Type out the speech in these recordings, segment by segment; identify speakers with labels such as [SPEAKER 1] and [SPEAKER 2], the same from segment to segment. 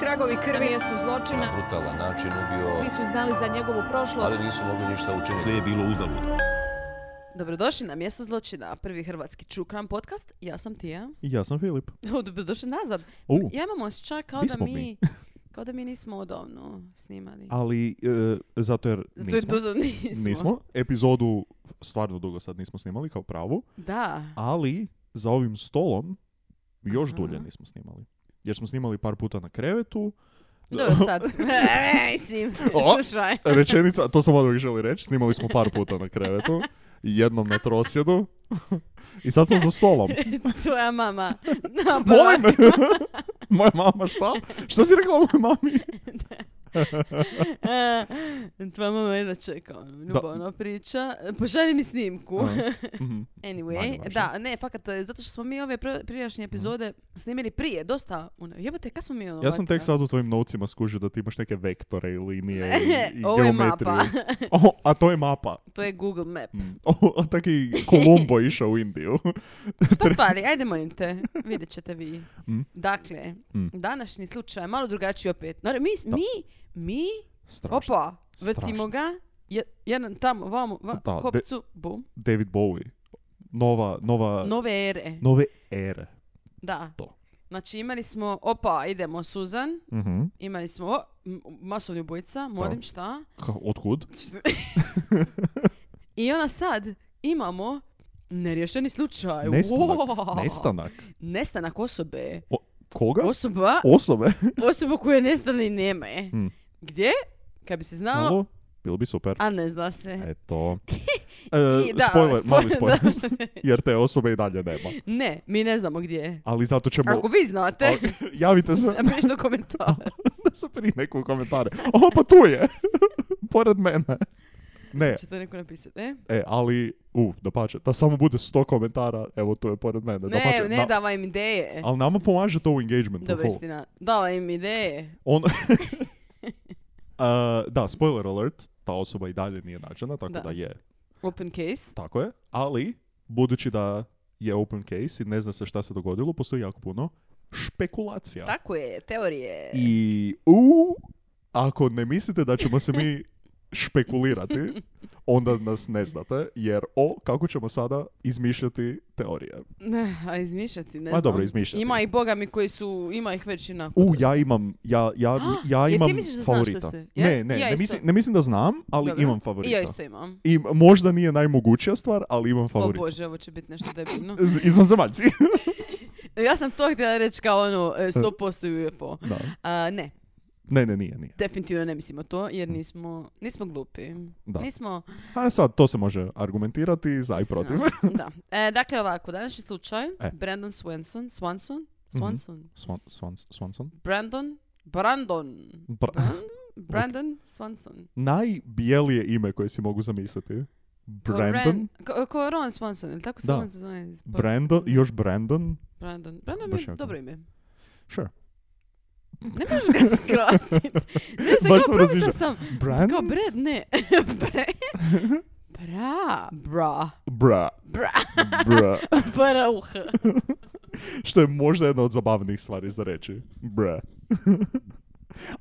[SPEAKER 1] tragovi
[SPEAKER 2] Na
[SPEAKER 1] krvi.
[SPEAKER 2] mjestu zločina
[SPEAKER 3] brutalan način ubio,
[SPEAKER 2] svi su znali za njegovu prošlost.
[SPEAKER 3] ali nisu mogli ništa učiniti.
[SPEAKER 4] Sve je bilo uzalud.
[SPEAKER 5] Dobrodošli na mjesto zločina, prvi hrvatski true crime podcast. Ja sam Tija.
[SPEAKER 4] Ja sam Filip.
[SPEAKER 5] O, Dobrodošli nazad.
[SPEAKER 4] U,
[SPEAKER 5] Ja imam osjećaj kao
[SPEAKER 4] Di
[SPEAKER 5] da
[SPEAKER 4] smo
[SPEAKER 5] mi,
[SPEAKER 4] mi?
[SPEAKER 5] kao da mi nismo odavno snimali.
[SPEAKER 4] ali e, zato jer
[SPEAKER 5] Zato jer
[SPEAKER 4] nismo.
[SPEAKER 5] duzo nismo.
[SPEAKER 4] Nismo. Epizodu stvarno dugo sad nismo snimali kao pravu,
[SPEAKER 5] Da.
[SPEAKER 4] ali za ovim stolom još
[SPEAKER 5] Aha.
[SPEAKER 4] dulje nismo snimali. Jer smo snimali par puta na krevetu.
[SPEAKER 5] Dobro sad. E, Mislim,
[SPEAKER 4] O.
[SPEAKER 5] slušaj.
[SPEAKER 4] Rečenica, to sam odmah želi reći, snimali smo par puta na krevetu, jednom na trosjedu i sad smo za stolom.
[SPEAKER 5] Tvoja mama. No, Na
[SPEAKER 4] Molim! Moja mama, šta? Šta si rekla mojoj mami?
[SPEAKER 5] E, Tvoja mama jedva čeka, ono, ljubavna priča. Pošalji mi snimku.
[SPEAKER 4] Mhm. Manje Mhm.
[SPEAKER 5] Anyway,
[SPEAKER 4] važno.
[SPEAKER 5] da, ne, fakat, e, zato što smo mi ove pr- prijašnje epizode snimili prije, dosta, ono, jebate, kad smo mi ono...
[SPEAKER 4] Ja sam
[SPEAKER 5] vatili?
[SPEAKER 4] tek sad u tvojim novcima skužio da ti imaš neke vektore i linije i, i
[SPEAKER 5] Ovo je
[SPEAKER 4] geometriju.
[SPEAKER 5] mapa.
[SPEAKER 4] O, a to je mapa.
[SPEAKER 5] to je Google Map.
[SPEAKER 4] Mm. O, a tak i Kolumbo išao u Indiju.
[SPEAKER 5] Pa fali, ajde molim te, vidjet ćete vi.
[SPEAKER 4] Mm.
[SPEAKER 5] Dakle,
[SPEAKER 4] Mm.
[SPEAKER 5] današnji slučaj je malo drugačiji opet. Naravno, mi, mi, mi,
[SPEAKER 4] Strašno.
[SPEAKER 5] opa, vrtimo
[SPEAKER 4] strašno.
[SPEAKER 5] ga, je- jedan tamo, vamo, va,
[SPEAKER 4] Da, de-
[SPEAKER 5] hopcu, bum,
[SPEAKER 4] David Bowie. Nova, nova,
[SPEAKER 5] nove ere,
[SPEAKER 4] nove ere.
[SPEAKER 5] da.
[SPEAKER 4] to.
[SPEAKER 5] Znači imali smo, opa, idemo Suzan,
[SPEAKER 4] Mhm.
[SPEAKER 5] imali smo, o, m- masovni ubojica, molim šta,
[SPEAKER 4] Ka- Otkud?
[SPEAKER 5] I onda sad imamo neriješeni slučaj.
[SPEAKER 4] Nestanak.
[SPEAKER 5] Wow.
[SPEAKER 4] Nestanak.
[SPEAKER 5] Nestanak osobe.
[SPEAKER 4] O, koga?
[SPEAKER 5] Osoba,
[SPEAKER 4] Osobe.
[SPEAKER 5] osoba koja je nestala i nema je.
[SPEAKER 4] Mm.
[SPEAKER 5] Gdje? Kad bi se znalo,
[SPEAKER 4] Malo? Bilo bi super.
[SPEAKER 5] a ne zna se.
[SPEAKER 4] Eto.
[SPEAKER 5] I
[SPEAKER 4] E,
[SPEAKER 5] da,
[SPEAKER 4] spoiler, mali spoiler.
[SPEAKER 5] da, što ne-
[SPEAKER 4] Jer te osobe i dalje nema.
[SPEAKER 5] ne, mi ne znamo gdje je.
[SPEAKER 4] Ali zato ćemo...
[SPEAKER 5] Ako vi znate,
[SPEAKER 4] Ali, javite se.
[SPEAKER 5] napišite u komentar.
[SPEAKER 4] da se prije neko u komentare. O, pa tu je! Pored mene. Ne,
[SPEAKER 5] Će to neko napisati, e?
[SPEAKER 4] e, ali, u, da pače, da samo bude 100 komentara, evo tu je pored mene.
[SPEAKER 5] Ne,
[SPEAKER 4] da pače,
[SPEAKER 5] ne,
[SPEAKER 4] na-
[SPEAKER 5] davaj im ideje.
[SPEAKER 4] Ali nama pomaže to u engagementu.
[SPEAKER 5] Dobra
[SPEAKER 4] full.
[SPEAKER 5] istina. Davaj im ideje.
[SPEAKER 4] On... A, da, spoiler alert, ta osoba i dalje nije nađena, tako
[SPEAKER 5] Da.
[SPEAKER 4] da, je.
[SPEAKER 5] Open case.
[SPEAKER 4] Tako je, ali, budući da je open case i ne zna se šta se dogodilo, postoji jako puno špekulacija.
[SPEAKER 5] Tako je, teorije.
[SPEAKER 4] I u, ako ne mislite da ćemo se mi špekulirati, onda nas ne znate, jer o, kako ćemo sada izmišljati teorije.
[SPEAKER 5] Ne, a izmišljati, ne
[SPEAKER 4] Ma
[SPEAKER 5] znam.
[SPEAKER 4] dobro, izmišljati.
[SPEAKER 5] Ima ih boga mi koji su, ima ih već inako.
[SPEAKER 4] U, ja imam, ja, ja, ja
[SPEAKER 5] jel ti
[SPEAKER 4] imam
[SPEAKER 5] misliš da znaš
[SPEAKER 4] favorita.
[SPEAKER 5] što se- ja-
[SPEAKER 4] ne, ne,
[SPEAKER 5] ja
[SPEAKER 4] ne,
[SPEAKER 5] isto.
[SPEAKER 4] mislim, ne mislim da znam, ali
[SPEAKER 5] Dobro.
[SPEAKER 4] imam
[SPEAKER 5] I
[SPEAKER 4] favorita.
[SPEAKER 5] ja isto imam.
[SPEAKER 4] I možda nije najmogućija stvar, ali imam
[SPEAKER 5] O
[SPEAKER 4] favorita.
[SPEAKER 5] bože, ovo će biti nešto debilno.
[SPEAKER 4] Z- Izvanzemaljci.
[SPEAKER 5] Ja sam to htjela reći kao ono e, 100% UFO.
[SPEAKER 4] da.
[SPEAKER 5] A, ne,
[SPEAKER 4] Ne, ne, nije, nije.
[SPEAKER 5] definitivno ne mislimo to jer nismo, nismo glupi.
[SPEAKER 4] Mm. Da.
[SPEAKER 5] Nismo,
[SPEAKER 4] A sad, to se može argumentirati za i protiv.
[SPEAKER 5] da. E, dakle ovako, današnji slučaj,
[SPEAKER 4] E. Mhm.
[SPEAKER 5] Brandon Swanson, Swanson, Swanson,
[SPEAKER 4] Swan, Swan, Swanson?
[SPEAKER 5] Brandon, Brandon,
[SPEAKER 4] Bra-
[SPEAKER 5] Brandon, Brandon Swanson.
[SPEAKER 4] najbijelije ime koje si mogu zamisliti.
[SPEAKER 5] Ko
[SPEAKER 4] Brandon,
[SPEAKER 5] Ren- Ko, ko Ron Swanson, ili tako se
[SPEAKER 4] Da.
[SPEAKER 5] on zove?
[SPEAKER 4] Brandon, još Brandon.
[SPEAKER 5] Brandon. Brandon
[SPEAKER 4] Baš
[SPEAKER 5] mi je
[SPEAKER 4] jako.
[SPEAKER 5] dobro ime.
[SPEAKER 4] Sure.
[SPEAKER 5] Ne možeš ga skratiti. Ne
[SPEAKER 4] Baš
[SPEAKER 5] znam, kao
[SPEAKER 4] sam
[SPEAKER 5] promislila
[SPEAKER 4] razmišljao.
[SPEAKER 5] sam.
[SPEAKER 4] Brand?
[SPEAKER 5] Kao Brad, ne. Bre. Bra. Bra.
[SPEAKER 4] Bra.
[SPEAKER 5] Bra.
[SPEAKER 4] Bra.
[SPEAKER 5] Bra. uh.
[SPEAKER 4] Što je možda jedna od zabavnijih stvari za reći. Bra.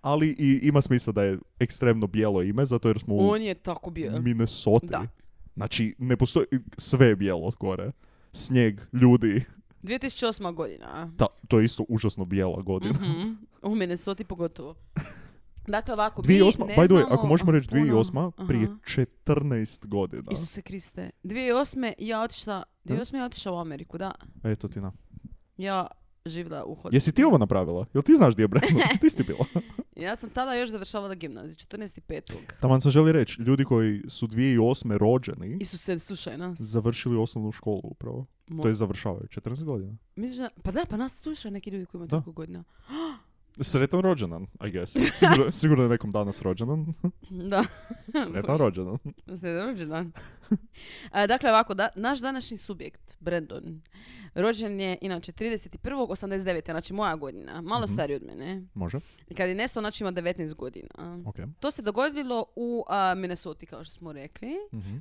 [SPEAKER 4] Ali i ima smisla da je ekstremno bijelo ime, zato jer smo u
[SPEAKER 5] On je tako bio.
[SPEAKER 4] Minnesota.
[SPEAKER 5] Da.
[SPEAKER 4] Znači, ne postoji, sve je bijelo od gore. Snijeg, ljudi,
[SPEAKER 5] 2008. godina.
[SPEAKER 4] Ta, to je isto užasno bijela godina.
[SPEAKER 5] Mhm. U Minnesota pogotovo. Dakle, ovako, mi
[SPEAKER 4] 2008,
[SPEAKER 5] ne
[SPEAKER 4] by the way,
[SPEAKER 5] znamo
[SPEAKER 4] ako možemo reći
[SPEAKER 5] puno.
[SPEAKER 4] 2008, prije
[SPEAKER 5] Aha.
[SPEAKER 4] 14 godina.
[SPEAKER 5] Isuse Kriste. 2008. ja otišla, 2008. ja otišla u Ameriku, da.
[SPEAKER 4] Eto ti na.
[SPEAKER 5] Ja živjela u Hollywoodu.
[SPEAKER 4] Jesi ti ovo napravila? Jel ti znaš gdje je Brandon? ti si bila.
[SPEAKER 5] Ja sam tada još završavala gimnaziju, 14.5.
[SPEAKER 4] Taman sam želi reći, ljudi koji su 2008. rođeni
[SPEAKER 5] Isuse, slušaj nas.
[SPEAKER 4] završili osnovnu školu upravo.
[SPEAKER 5] Mo-
[SPEAKER 4] To je završavaju 14 godina.
[SPEAKER 5] Misliš da, pa da, pa nas slušaju neki ljudi koji imaju
[SPEAKER 4] Da.
[SPEAKER 5] toliko godina.
[SPEAKER 4] Sretan rođendan, I guess. Sigurno, sigurno je nekom danas rođendan.
[SPEAKER 5] Da.
[SPEAKER 4] Sretan rođendan.
[SPEAKER 5] Se rođendan. E, dakle, ovako, da, naš današnji subjekt, Brandon, rođen je inače 31.89. Znači moja godina, malo
[SPEAKER 4] Mhm.
[SPEAKER 5] stariji od mene.
[SPEAKER 4] Može,
[SPEAKER 5] I Kad je nestao, znači ima 19 godina.
[SPEAKER 4] ok.
[SPEAKER 5] To se dogodilo u a, Minnesota, kao što smo rekli.
[SPEAKER 4] Mhm.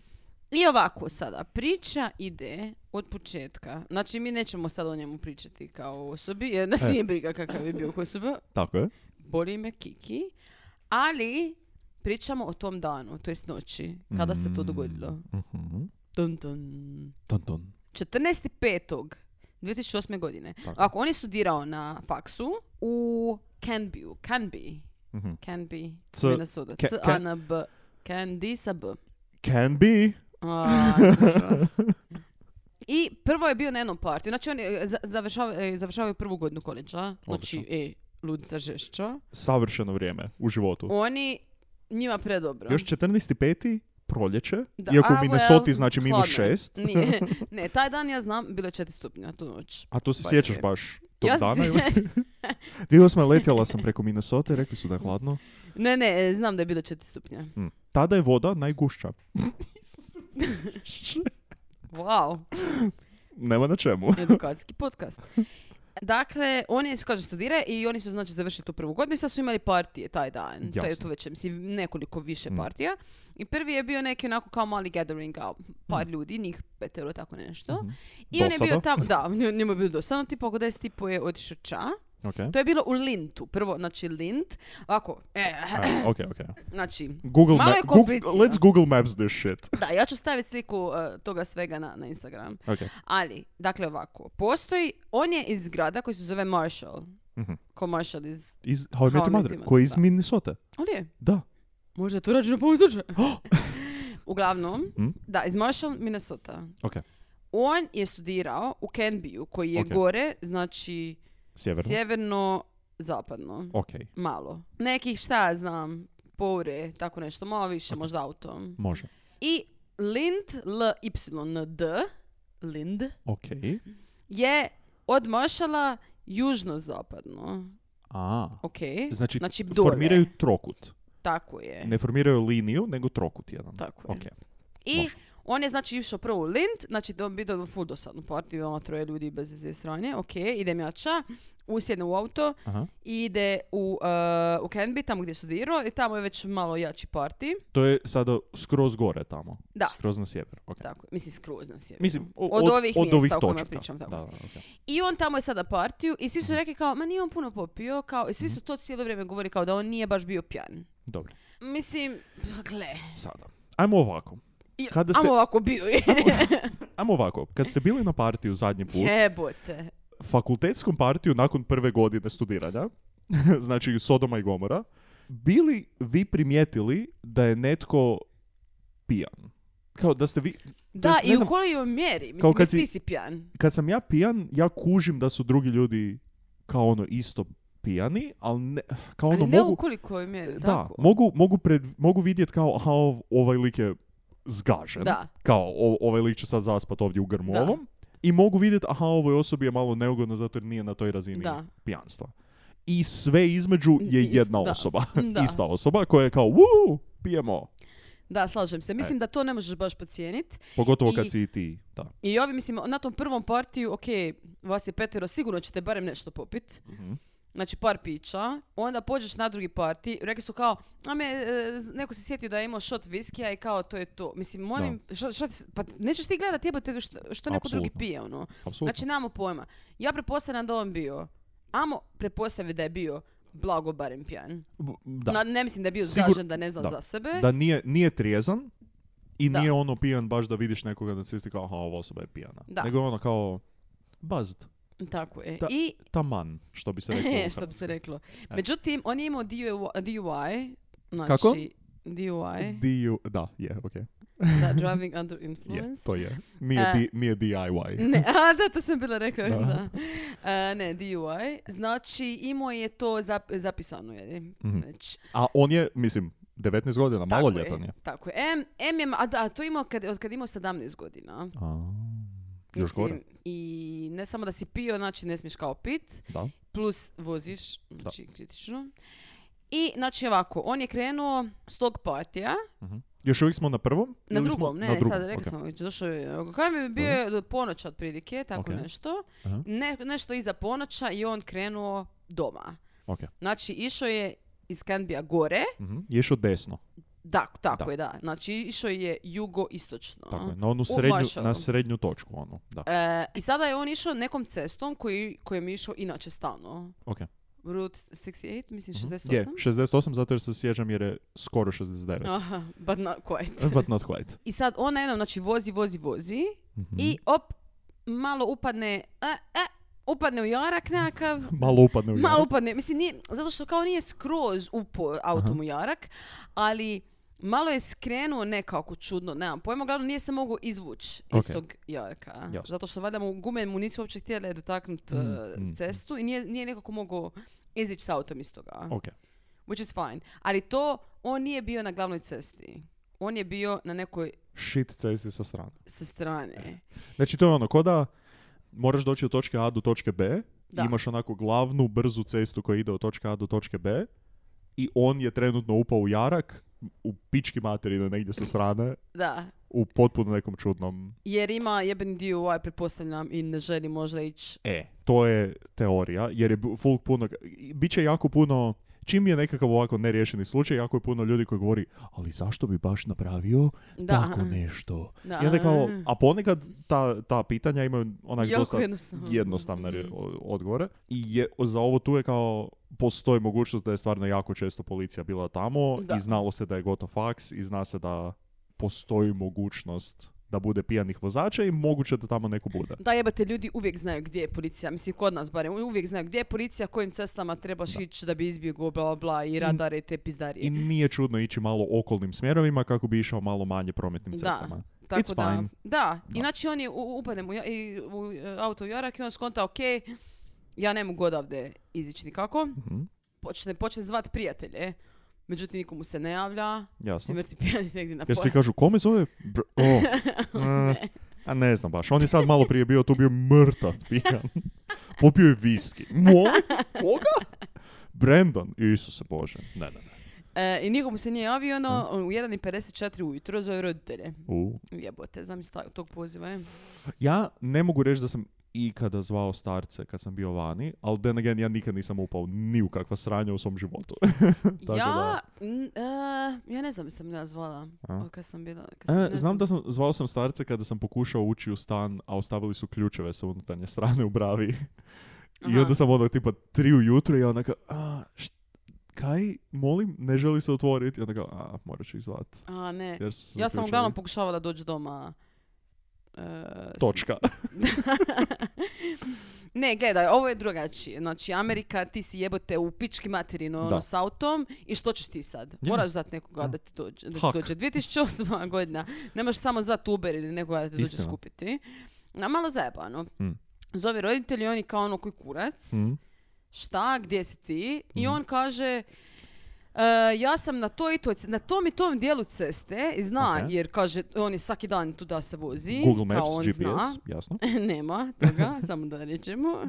[SPEAKER 5] I ovako sada, priča ide od početka. Znači, mi nećemo sad o njemu pričati kao o osobi, jer nas
[SPEAKER 4] E.
[SPEAKER 5] nije briga kakav je bio kao osoba.
[SPEAKER 4] Tako je.
[SPEAKER 5] boli ime Kiki, ali pričamo o tom danu, to jest noći, kada se
[SPEAKER 4] Mm.
[SPEAKER 5] to dogodilo.
[SPEAKER 4] Mhm.
[SPEAKER 5] Dun, dun.
[SPEAKER 3] Ton, ton.
[SPEAKER 5] 14.5.2008. godine. Ako on je studirao na faksu u Canbeu, Canby,
[SPEAKER 4] Mhm.
[SPEAKER 5] Canby,
[SPEAKER 4] C-
[SPEAKER 5] Minnesota,
[SPEAKER 4] Ca-
[SPEAKER 5] C,
[SPEAKER 4] Ca-
[SPEAKER 5] A, N, B, Candy sa B.
[SPEAKER 4] Can be.
[SPEAKER 5] A, slušala vas. I prvo je bio na jednom partiju, znači on je, za- završava- e, završavaju prvu godinu koleđa, znači, e, ludnica žešća.
[SPEAKER 4] Savršeno vrijeme u životu.
[SPEAKER 5] Oni, njima predobro.
[SPEAKER 4] Još 14.5. proljeće,
[SPEAKER 5] Da,
[SPEAKER 4] iako
[SPEAKER 5] a,
[SPEAKER 4] u Minnesota
[SPEAKER 5] well,
[SPEAKER 4] znači minus
[SPEAKER 5] hladno je.
[SPEAKER 4] 6.
[SPEAKER 5] Nije. Ne, taj dan ja znam, bilo je 4 stupnja tu noć.
[SPEAKER 4] A to se
[SPEAKER 5] Baš
[SPEAKER 4] sjećaš
[SPEAKER 5] je.
[SPEAKER 4] baš tog
[SPEAKER 5] Ja se
[SPEAKER 4] dana ili? 2008. letjela sam preko Minnesota i rekli su da je hladno.
[SPEAKER 5] Ne, ne, znam da je bilo 4 stupnja.
[SPEAKER 4] Mm. Tada je voda najgušća.
[SPEAKER 5] Wow,
[SPEAKER 4] Nema na čemu.
[SPEAKER 5] edukacijski podcast. Dakle, oni je, kaže, studira i oni su, znači, završili tu prvu godinu i sad su imali partije taj dan. Taj
[SPEAKER 4] Jasno. Mm.
[SPEAKER 5] tu večer, mislim, nekoliko više partija. I prvi je bio neki onako kao mali gathering, kao par ljudi, njih petero, tako nešto. I on je
[SPEAKER 4] Mm. Mhm. Dosada.
[SPEAKER 5] bio tamo, da, njemu je bilo dosadno, tipa oko 10 tipo je otišao ča.
[SPEAKER 4] Okay.
[SPEAKER 5] To je bilo u Lintu, prvo, znači Lint, ovako, eh,
[SPEAKER 4] A, ok, ok.
[SPEAKER 5] znači,
[SPEAKER 4] Google
[SPEAKER 5] malo
[SPEAKER 4] ma-
[SPEAKER 5] je
[SPEAKER 4] Goog-
[SPEAKER 5] komplicirano.
[SPEAKER 4] let's Google Maps this shit.
[SPEAKER 5] Da, ja ću staviti sliku eh, toga svega na, na Instagram.
[SPEAKER 4] Ok.
[SPEAKER 5] Ali, dakle ovako, postoji, on je iz grada koji se zove Marshall.
[SPEAKER 4] Mhm.
[SPEAKER 5] Ko Marshall iz...
[SPEAKER 4] Iz How I Met Your Mother,
[SPEAKER 5] Mother,
[SPEAKER 4] koji je iz
[SPEAKER 5] da.
[SPEAKER 4] Minnesota.
[SPEAKER 5] Ali je,
[SPEAKER 4] Da.
[SPEAKER 5] možda je to rađeno po ovom slučaju. Uglavnom,
[SPEAKER 4] Mm.
[SPEAKER 5] da, iz Marshall, Minnesota.
[SPEAKER 4] Ok.
[SPEAKER 5] On je studirao u Canbeu, koji je
[SPEAKER 4] Ok.
[SPEAKER 5] gore, znači
[SPEAKER 4] Sjeverno.
[SPEAKER 5] sjeverno-zapadno.
[SPEAKER 4] Ok.
[SPEAKER 5] Malo. Nekih, šta ja znam, poure, tako nešto, malo više, možda autom.
[SPEAKER 4] Može.
[SPEAKER 5] I Lind, L-Y-D, Lind,
[SPEAKER 4] Ok.
[SPEAKER 5] je od Maršala južno-zapadno.
[SPEAKER 4] A.
[SPEAKER 5] Ok.
[SPEAKER 4] Znači,
[SPEAKER 5] Znači, dole.
[SPEAKER 4] formiraju trokut.
[SPEAKER 5] Tako je.
[SPEAKER 4] Ne formiraju liniju, nego trokut jedan.
[SPEAKER 5] Tako je.
[SPEAKER 4] Ok.
[SPEAKER 5] I
[SPEAKER 4] može.
[SPEAKER 5] on je znači išao prvo u Lind, znači to bi dobio full dosadnu partiju, ono troje ljudi bez izve strane. Ok, idem ja ča, usjedne u auto,
[SPEAKER 4] Aha.
[SPEAKER 5] ide u, uh, u Canby, tamo gdje studirao i tamo je već malo jači parti.
[SPEAKER 4] To je sada skroz gore tamo.
[SPEAKER 5] Da.
[SPEAKER 4] Skroz na sjever. Ok.
[SPEAKER 5] Tako, je. mislim skroz na sjeveru.
[SPEAKER 4] Mislim, o-
[SPEAKER 5] Od ovih mjesta o kojima
[SPEAKER 4] točaka.
[SPEAKER 5] pričam, tako.
[SPEAKER 4] Da, da, ok.
[SPEAKER 5] I on tamo je sada partiju i svi
[SPEAKER 4] Mhm.
[SPEAKER 5] su rekli kao, ma nije on puno popio, kao, i svi su to cijelo vrijeme govorili kao da on nije baš bio pjan.
[SPEAKER 4] Dobro.
[SPEAKER 5] Mislim, pa gle,
[SPEAKER 4] Sada. Ajmo ovako.
[SPEAKER 5] I,
[SPEAKER 4] Kada
[SPEAKER 5] ajmo
[SPEAKER 4] se-
[SPEAKER 5] ovako bio je.
[SPEAKER 4] Ajmo ovako. Kad ste bili na partiju zadnji put,
[SPEAKER 5] Jebote.
[SPEAKER 4] fakultetskom partiju nakon prve godine studiranja, znači Sodoma i Gomora, bili vi primijetili da je netko pijan? Kao da ste vi...
[SPEAKER 5] Da,
[SPEAKER 4] jest, ne
[SPEAKER 5] i u
[SPEAKER 4] znam-
[SPEAKER 5] kojoj mjeri? Mislim,
[SPEAKER 4] Kao kad
[SPEAKER 5] jer ti
[SPEAKER 4] si- Ono
[SPEAKER 5] si pijan.
[SPEAKER 4] Kad sam ja pijan, ja kužim da su drugi ljudi kao ono isto pijani, ali ne, kao ono
[SPEAKER 5] Ali ne
[SPEAKER 4] mogu...
[SPEAKER 5] u kolikoj mjeri,
[SPEAKER 4] Da,
[SPEAKER 5] tako.
[SPEAKER 4] mogu, mogu, pred, mogu vidjet kao, aha, ov- ovaj lik je zgažen.
[SPEAKER 5] Da.
[SPEAKER 4] Kao, o- ovaj lik će sad zaspat ovdje u grmu ovom. I mogu vidjet, aha, ovoj osobi je malo neugodno zato jer nije na toj razini
[SPEAKER 5] Da.
[SPEAKER 4] pijanstva. I sve između je
[SPEAKER 5] Ist-
[SPEAKER 4] jedna
[SPEAKER 5] da.
[SPEAKER 4] osoba.
[SPEAKER 5] Da.
[SPEAKER 4] Ista osoba koja je kao, "Wuu, pijemo.
[SPEAKER 5] Da, slažem se.
[SPEAKER 4] E.
[SPEAKER 5] Mislim da to ne možeš baš pocijeniti.
[SPEAKER 4] Pogotovo
[SPEAKER 5] I-
[SPEAKER 4] kad si i ti. Da.
[SPEAKER 5] I ovi, mislim, na tom prvom partiju, ok, vas je petero, sigurno ćete barem nešto popit.
[SPEAKER 4] Mhm.
[SPEAKER 5] Znači, par pića. Onda pođeš na drugi parti, rekli su kao, a me, e, neko se sjetio da je imao shot viskija i kao, to je to. Mislim, molim, šta- šta ti- pa nećeš ti gledat jebate što, što neko drugi
[SPEAKER 4] Apsolutno.
[SPEAKER 5] pije, ono.
[SPEAKER 4] Apsolutno.
[SPEAKER 5] Znači, nemamo pojma. Ja pretpostavljam da on bio. Amo pretpostaviti da je bio blago barem pijan.
[SPEAKER 4] B- da.
[SPEAKER 5] Na- ne mislim da je bio
[SPEAKER 4] Sigur-
[SPEAKER 5] zgažen, da ne zna
[SPEAKER 4] da.
[SPEAKER 5] za sebe.
[SPEAKER 4] da nije, nije trijezan i
[SPEAKER 5] Da.
[SPEAKER 4] nije ono pijan baš da vidiš nekoga na cesti kao, aha, ova osoba je pijana.
[SPEAKER 5] Da.
[SPEAKER 4] Nego je ono kao, bazd,
[SPEAKER 5] Tako je.
[SPEAKER 4] Da.
[SPEAKER 5] I,
[SPEAKER 4] taman, što bi se reklo. u
[SPEAKER 5] E, što bi
[SPEAKER 4] Hrvatskoj.
[SPEAKER 5] se reklo. Međutim, on je imao DUI, DUI znači,
[SPEAKER 4] Kako?
[SPEAKER 5] DUI,
[SPEAKER 4] Diu, da, je, ok.
[SPEAKER 5] da, driving under
[SPEAKER 4] Je,
[SPEAKER 5] influence.
[SPEAKER 4] to je. Nije,
[SPEAKER 5] E,
[SPEAKER 4] di- nije DIY.
[SPEAKER 5] Ne, a da, to sam bila rekla,
[SPEAKER 4] Da.
[SPEAKER 5] da. E, ne, DUI. Znači, imao je to zap- zapisano, je li?
[SPEAKER 4] Mhm.
[SPEAKER 5] Već.
[SPEAKER 4] A on je, mislim, 19 godina, malo
[SPEAKER 5] Tako
[SPEAKER 4] ljetan je.
[SPEAKER 5] Tako je. Em, em je, ma- a da, to je imao kad, od kad je imao 17 godina.
[SPEAKER 4] A, još gore,
[SPEAKER 5] Mislim, i ne samo da si pio, znači ne smiješ kao pit,
[SPEAKER 4] da.
[SPEAKER 5] plus voziš, znači kritično. I znači ovako, on je krenuo s tog partija,
[SPEAKER 4] Mhm. Još uvijek smo na prvom?
[SPEAKER 5] na
[SPEAKER 4] ili smo
[SPEAKER 5] drugom, ne,
[SPEAKER 4] na
[SPEAKER 5] ne,
[SPEAKER 4] drugom?
[SPEAKER 5] sad rekli
[SPEAKER 4] ok.
[SPEAKER 5] smo, već došao je, kaj mi je bio je do ponoća otprilike, tako
[SPEAKER 4] Ok.
[SPEAKER 5] nešto,
[SPEAKER 4] Aha.
[SPEAKER 5] ne, nešto iza ponoća i on krenuo doma.
[SPEAKER 4] Ok.
[SPEAKER 5] Znači išao je iz Kanbija gore,
[SPEAKER 4] Mhm. Je išao desno,
[SPEAKER 5] da, tako
[SPEAKER 4] Da.
[SPEAKER 5] je, da, znači išao je jugoistočno. E,
[SPEAKER 4] tako je, na onu
[SPEAKER 5] U
[SPEAKER 4] srednju,
[SPEAKER 5] Marshallu.
[SPEAKER 4] na srednju točku, ono, da.
[SPEAKER 5] E, I sada je on išao nekom cestom koji, kojom je išao inače stalno.
[SPEAKER 4] Ok.
[SPEAKER 5] Route 68, mislim 68?
[SPEAKER 4] Mhm. Je, 68, zato jer se sjećam jer je skoro 69.
[SPEAKER 5] Aha, but not quite.
[SPEAKER 4] But not quite. Mhm.
[SPEAKER 5] I sad ona jednom, znači vozi, vozi, vozi i op, malo upadne, e, e, upadne u jarak nekakav,
[SPEAKER 4] Malo upadne u
[SPEAKER 5] malo
[SPEAKER 4] jarak.
[SPEAKER 5] upadne, mislim, nije, zato što kao nije skroz upo autom u jarak, ali malo je skrenuo nekako čudno, nemam pojma, uglavnom nije se mogao izvući iz
[SPEAKER 4] Ok.
[SPEAKER 5] tog jarka.
[SPEAKER 4] Jasno.
[SPEAKER 5] Zato što valjda mu gume mu nisu uopće htjele dotaknuti e,
[SPEAKER 4] mm.
[SPEAKER 5] cestu i nije, nije nekako mogao izići s autom iz toga.
[SPEAKER 4] Ok.
[SPEAKER 5] Which is fine. Ali to, on nije bio na glavnoj cesti. On je bio na nekoj
[SPEAKER 4] Shit cesti sa strane.
[SPEAKER 5] sa strane.
[SPEAKER 4] Znači to je ono, ko da moraš doći od točke A do točke B,
[SPEAKER 5] Da.
[SPEAKER 4] imaš onako glavnu brzu cestu koja ide od točke A do točke B i on je trenutno upao u jarak, u pički materine negdje sa strane,
[SPEAKER 5] Da.
[SPEAKER 4] u potpuno nekom čudnom...
[SPEAKER 5] Jer ima jebeni dio ovaj, pretpostavljam, i ne želi možda ići.
[SPEAKER 4] E, to je teorija, jer je bu- full puno... i Bit će jako puno... Čim je nekakav ovako neriješeni slučaj, jako je puno ljudi koji govori ali zašto bi baš napravio
[SPEAKER 5] Da.
[SPEAKER 4] tako nešto?
[SPEAKER 5] Da.
[SPEAKER 4] I onda kao, a ponekad ta, ta pitanja imaju onak
[SPEAKER 5] Jako
[SPEAKER 4] dosta
[SPEAKER 5] jednostavno.
[SPEAKER 4] jednostavne
[SPEAKER 5] Mhm.
[SPEAKER 4] re- o- odgovore. I je, za ovo tu je kao, postoji mogućnost da je stvarno jako često policija bila tamo
[SPEAKER 5] Da.
[SPEAKER 4] i znalo se da je gotov faks i zna se da postoji mogućnost da bude pijanih vozača i moguće da tamo neko bude.
[SPEAKER 5] Da jebate, ljudi uvijek znaju gdje je policija. Mislim, kod nas barem, uvijek znaju gdje je policija, kojim cestama trebaš ići da bi izbjegao bla, bla, bla, i radare i te pizdarije.
[SPEAKER 4] I nije čudno ići malo okolnim smjerovima kako bi išao malo manje prometnim cestama.
[SPEAKER 5] Da, tako
[SPEAKER 4] It's
[SPEAKER 5] da,
[SPEAKER 4] fine.
[SPEAKER 5] da.
[SPEAKER 4] Da.
[SPEAKER 5] I znači on je u- upadne mu ja- i- u e, auto u jarak i on skonta, ok, ja ne mogu odavde izići nikako.
[SPEAKER 4] Mhm,
[SPEAKER 5] Počne, počne zvat prijatelje. Međutim, nikomu se ne javlja. Svi
[SPEAKER 4] jasno.
[SPEAKER 5] mrtvi pijani negdje na
[SPEAKER 4] Jer svi
[SPEAKER 5] polju.
[SPEAKER 4] kažu, kome zove? Br- o, e, a ne znam baš, on je sad malo prije bio tu bio mrtav pijan. Popio je viski. Molim? Koga? Brandon, Isuse Bože. Ne, ne, ne.
[SPEAKER 5] E, I nikomu se nije javio, ono, u 1.54 ujutro zove roditelje.
[SPEAKER 4] U.
[SPEAKER 5] Jebote, zamisli ta- tog poziva, je.
[SPEAKER 4] Ja ne mogu reći da sam ikada zvao starce kad sam bio vani, ali then again, ja nikad nisam upao ni u kakva sranja u svom životu. Tako
[SPEAKER 5] ja,
[SPEAKER 4] da.
[SPEAKER 5] n- e, ja ne znam sam ja zvala,
[SPEAKER 4] A?
[SPEAKER 5] od kad sam bila... Kad sam,
[SPEAKER 4] E,
[SPEAKER 5] ne
[SPEAKER 4] znam da sam, zvao sam starce kada sam pokušao ući u stan, a ostavili su ključeve sa unutarnje strane u bravi. I
[SPEAKER 5] Aha.
[SPEAKER 4] onda sam ono tipa tri ujutro i ona kao, a, št- kaj, molim, ne želi se otvoriti. I onda kao, a, morat ću ih zvat.
[SPEAKER 5] A, ne.
[SPEAKER 4] Jer su se
[SPEAKER 5] Ja sam
[SPEAKER 4] zaključali.
[SPEAKER 5] uglavnom pokušavala doći doma. e, s-
[SPEAKER 4] Točka.
[SPEAKER 5] ne, gledaj, ovo je drugačije. Znači, Amerika, ti si jebote u pički materinu ono,
[SPEAKER 4] Da.
[SPEAKER 5] s autom i što ćeš ti sad?
[SPEAKER 4] Ja.
[SPEAKER 5] Moraš zvati nekoga da ti dođe. Da ti
[SPEAKER 4] Hak.
[SPEAKER 5] dođe. 2008. godina. Ne možeš samo zvati Uber ili nekoga da ti dođe
[SPEAKER 4] Istina.
[SPEAKER 5] skupiti. Na malo zajebano.
[SPEAKER 4] Mm.
[SPEAKER 5] Zove roditelji, oni kao ono koji kurac.
[SPEAKER 4] Mhm.
[SPEAKER 5] Šta, gdje si ti?
[SPEAKER 4] Mm.
[SPEAKER 5] I on kaže... "E, ja sam na toj, i toj ce- na tom i tom dijelu ceste i zna,
[SPEAKER 4] Ok.
[SPEAKER 5] jer kaže, on je svaki dan tu da se vozi,
[SPEAKER 4] Google
[SPEAKER 5] kao
[SPEAKER 4] Maps,
[SPEAKER 5] on
[SPEAKER 4] GPS,
[SPEAKER 5] zna. E.
[SPEAKER 4] jasno.
[SPEAKER 5] Nema toga, samo da rečemo.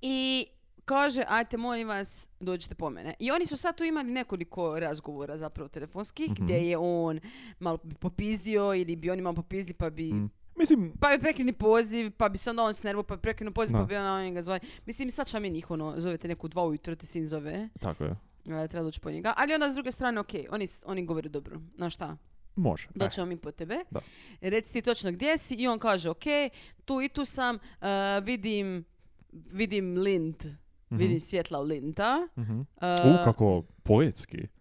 [SPEAKER 5] I kaže, ajte, molim vas, dođite po mene. I oni su sad tu imali nekoliko razgovora zapravo telefonskih, gdje je on malo bi popizdio ili bi oni malo popizdili pa bi...
[SPEAKER 4] Mislim,
[SPEAKER 5] Pa bi prekinuo poziv, pa bi se onda on snervao, pa bi prekinuo poziv, pa
[SPEAKER 4] Da.
[SPEAKER 5] bi ona on ga zvali. Mislim, svača mi njih, ono, zovete neku dva ujutro, te sin zove,
[SPEAKER 4] tako je.
[SPEAKER 5] e, treba doći po njega. Ali onda s druge strane, ok, oni, s- oni govore dobro, znaš šta,
[SPEAKER 4] Može. eh,
[SPEAKER 5] Doćemo mi po tebe.
[SPEAKER 4] Da.
[SPEAKER 5] Reci ti točno gdje si i on kaže ok, tu i tu sam, uh, vidim, vidim Lind. Vidim svjetla u Linda.
[SPEAKER 4] mhm.
[SPEAKER 5] Uh,
[SPEAKER 4] U, kako poetski.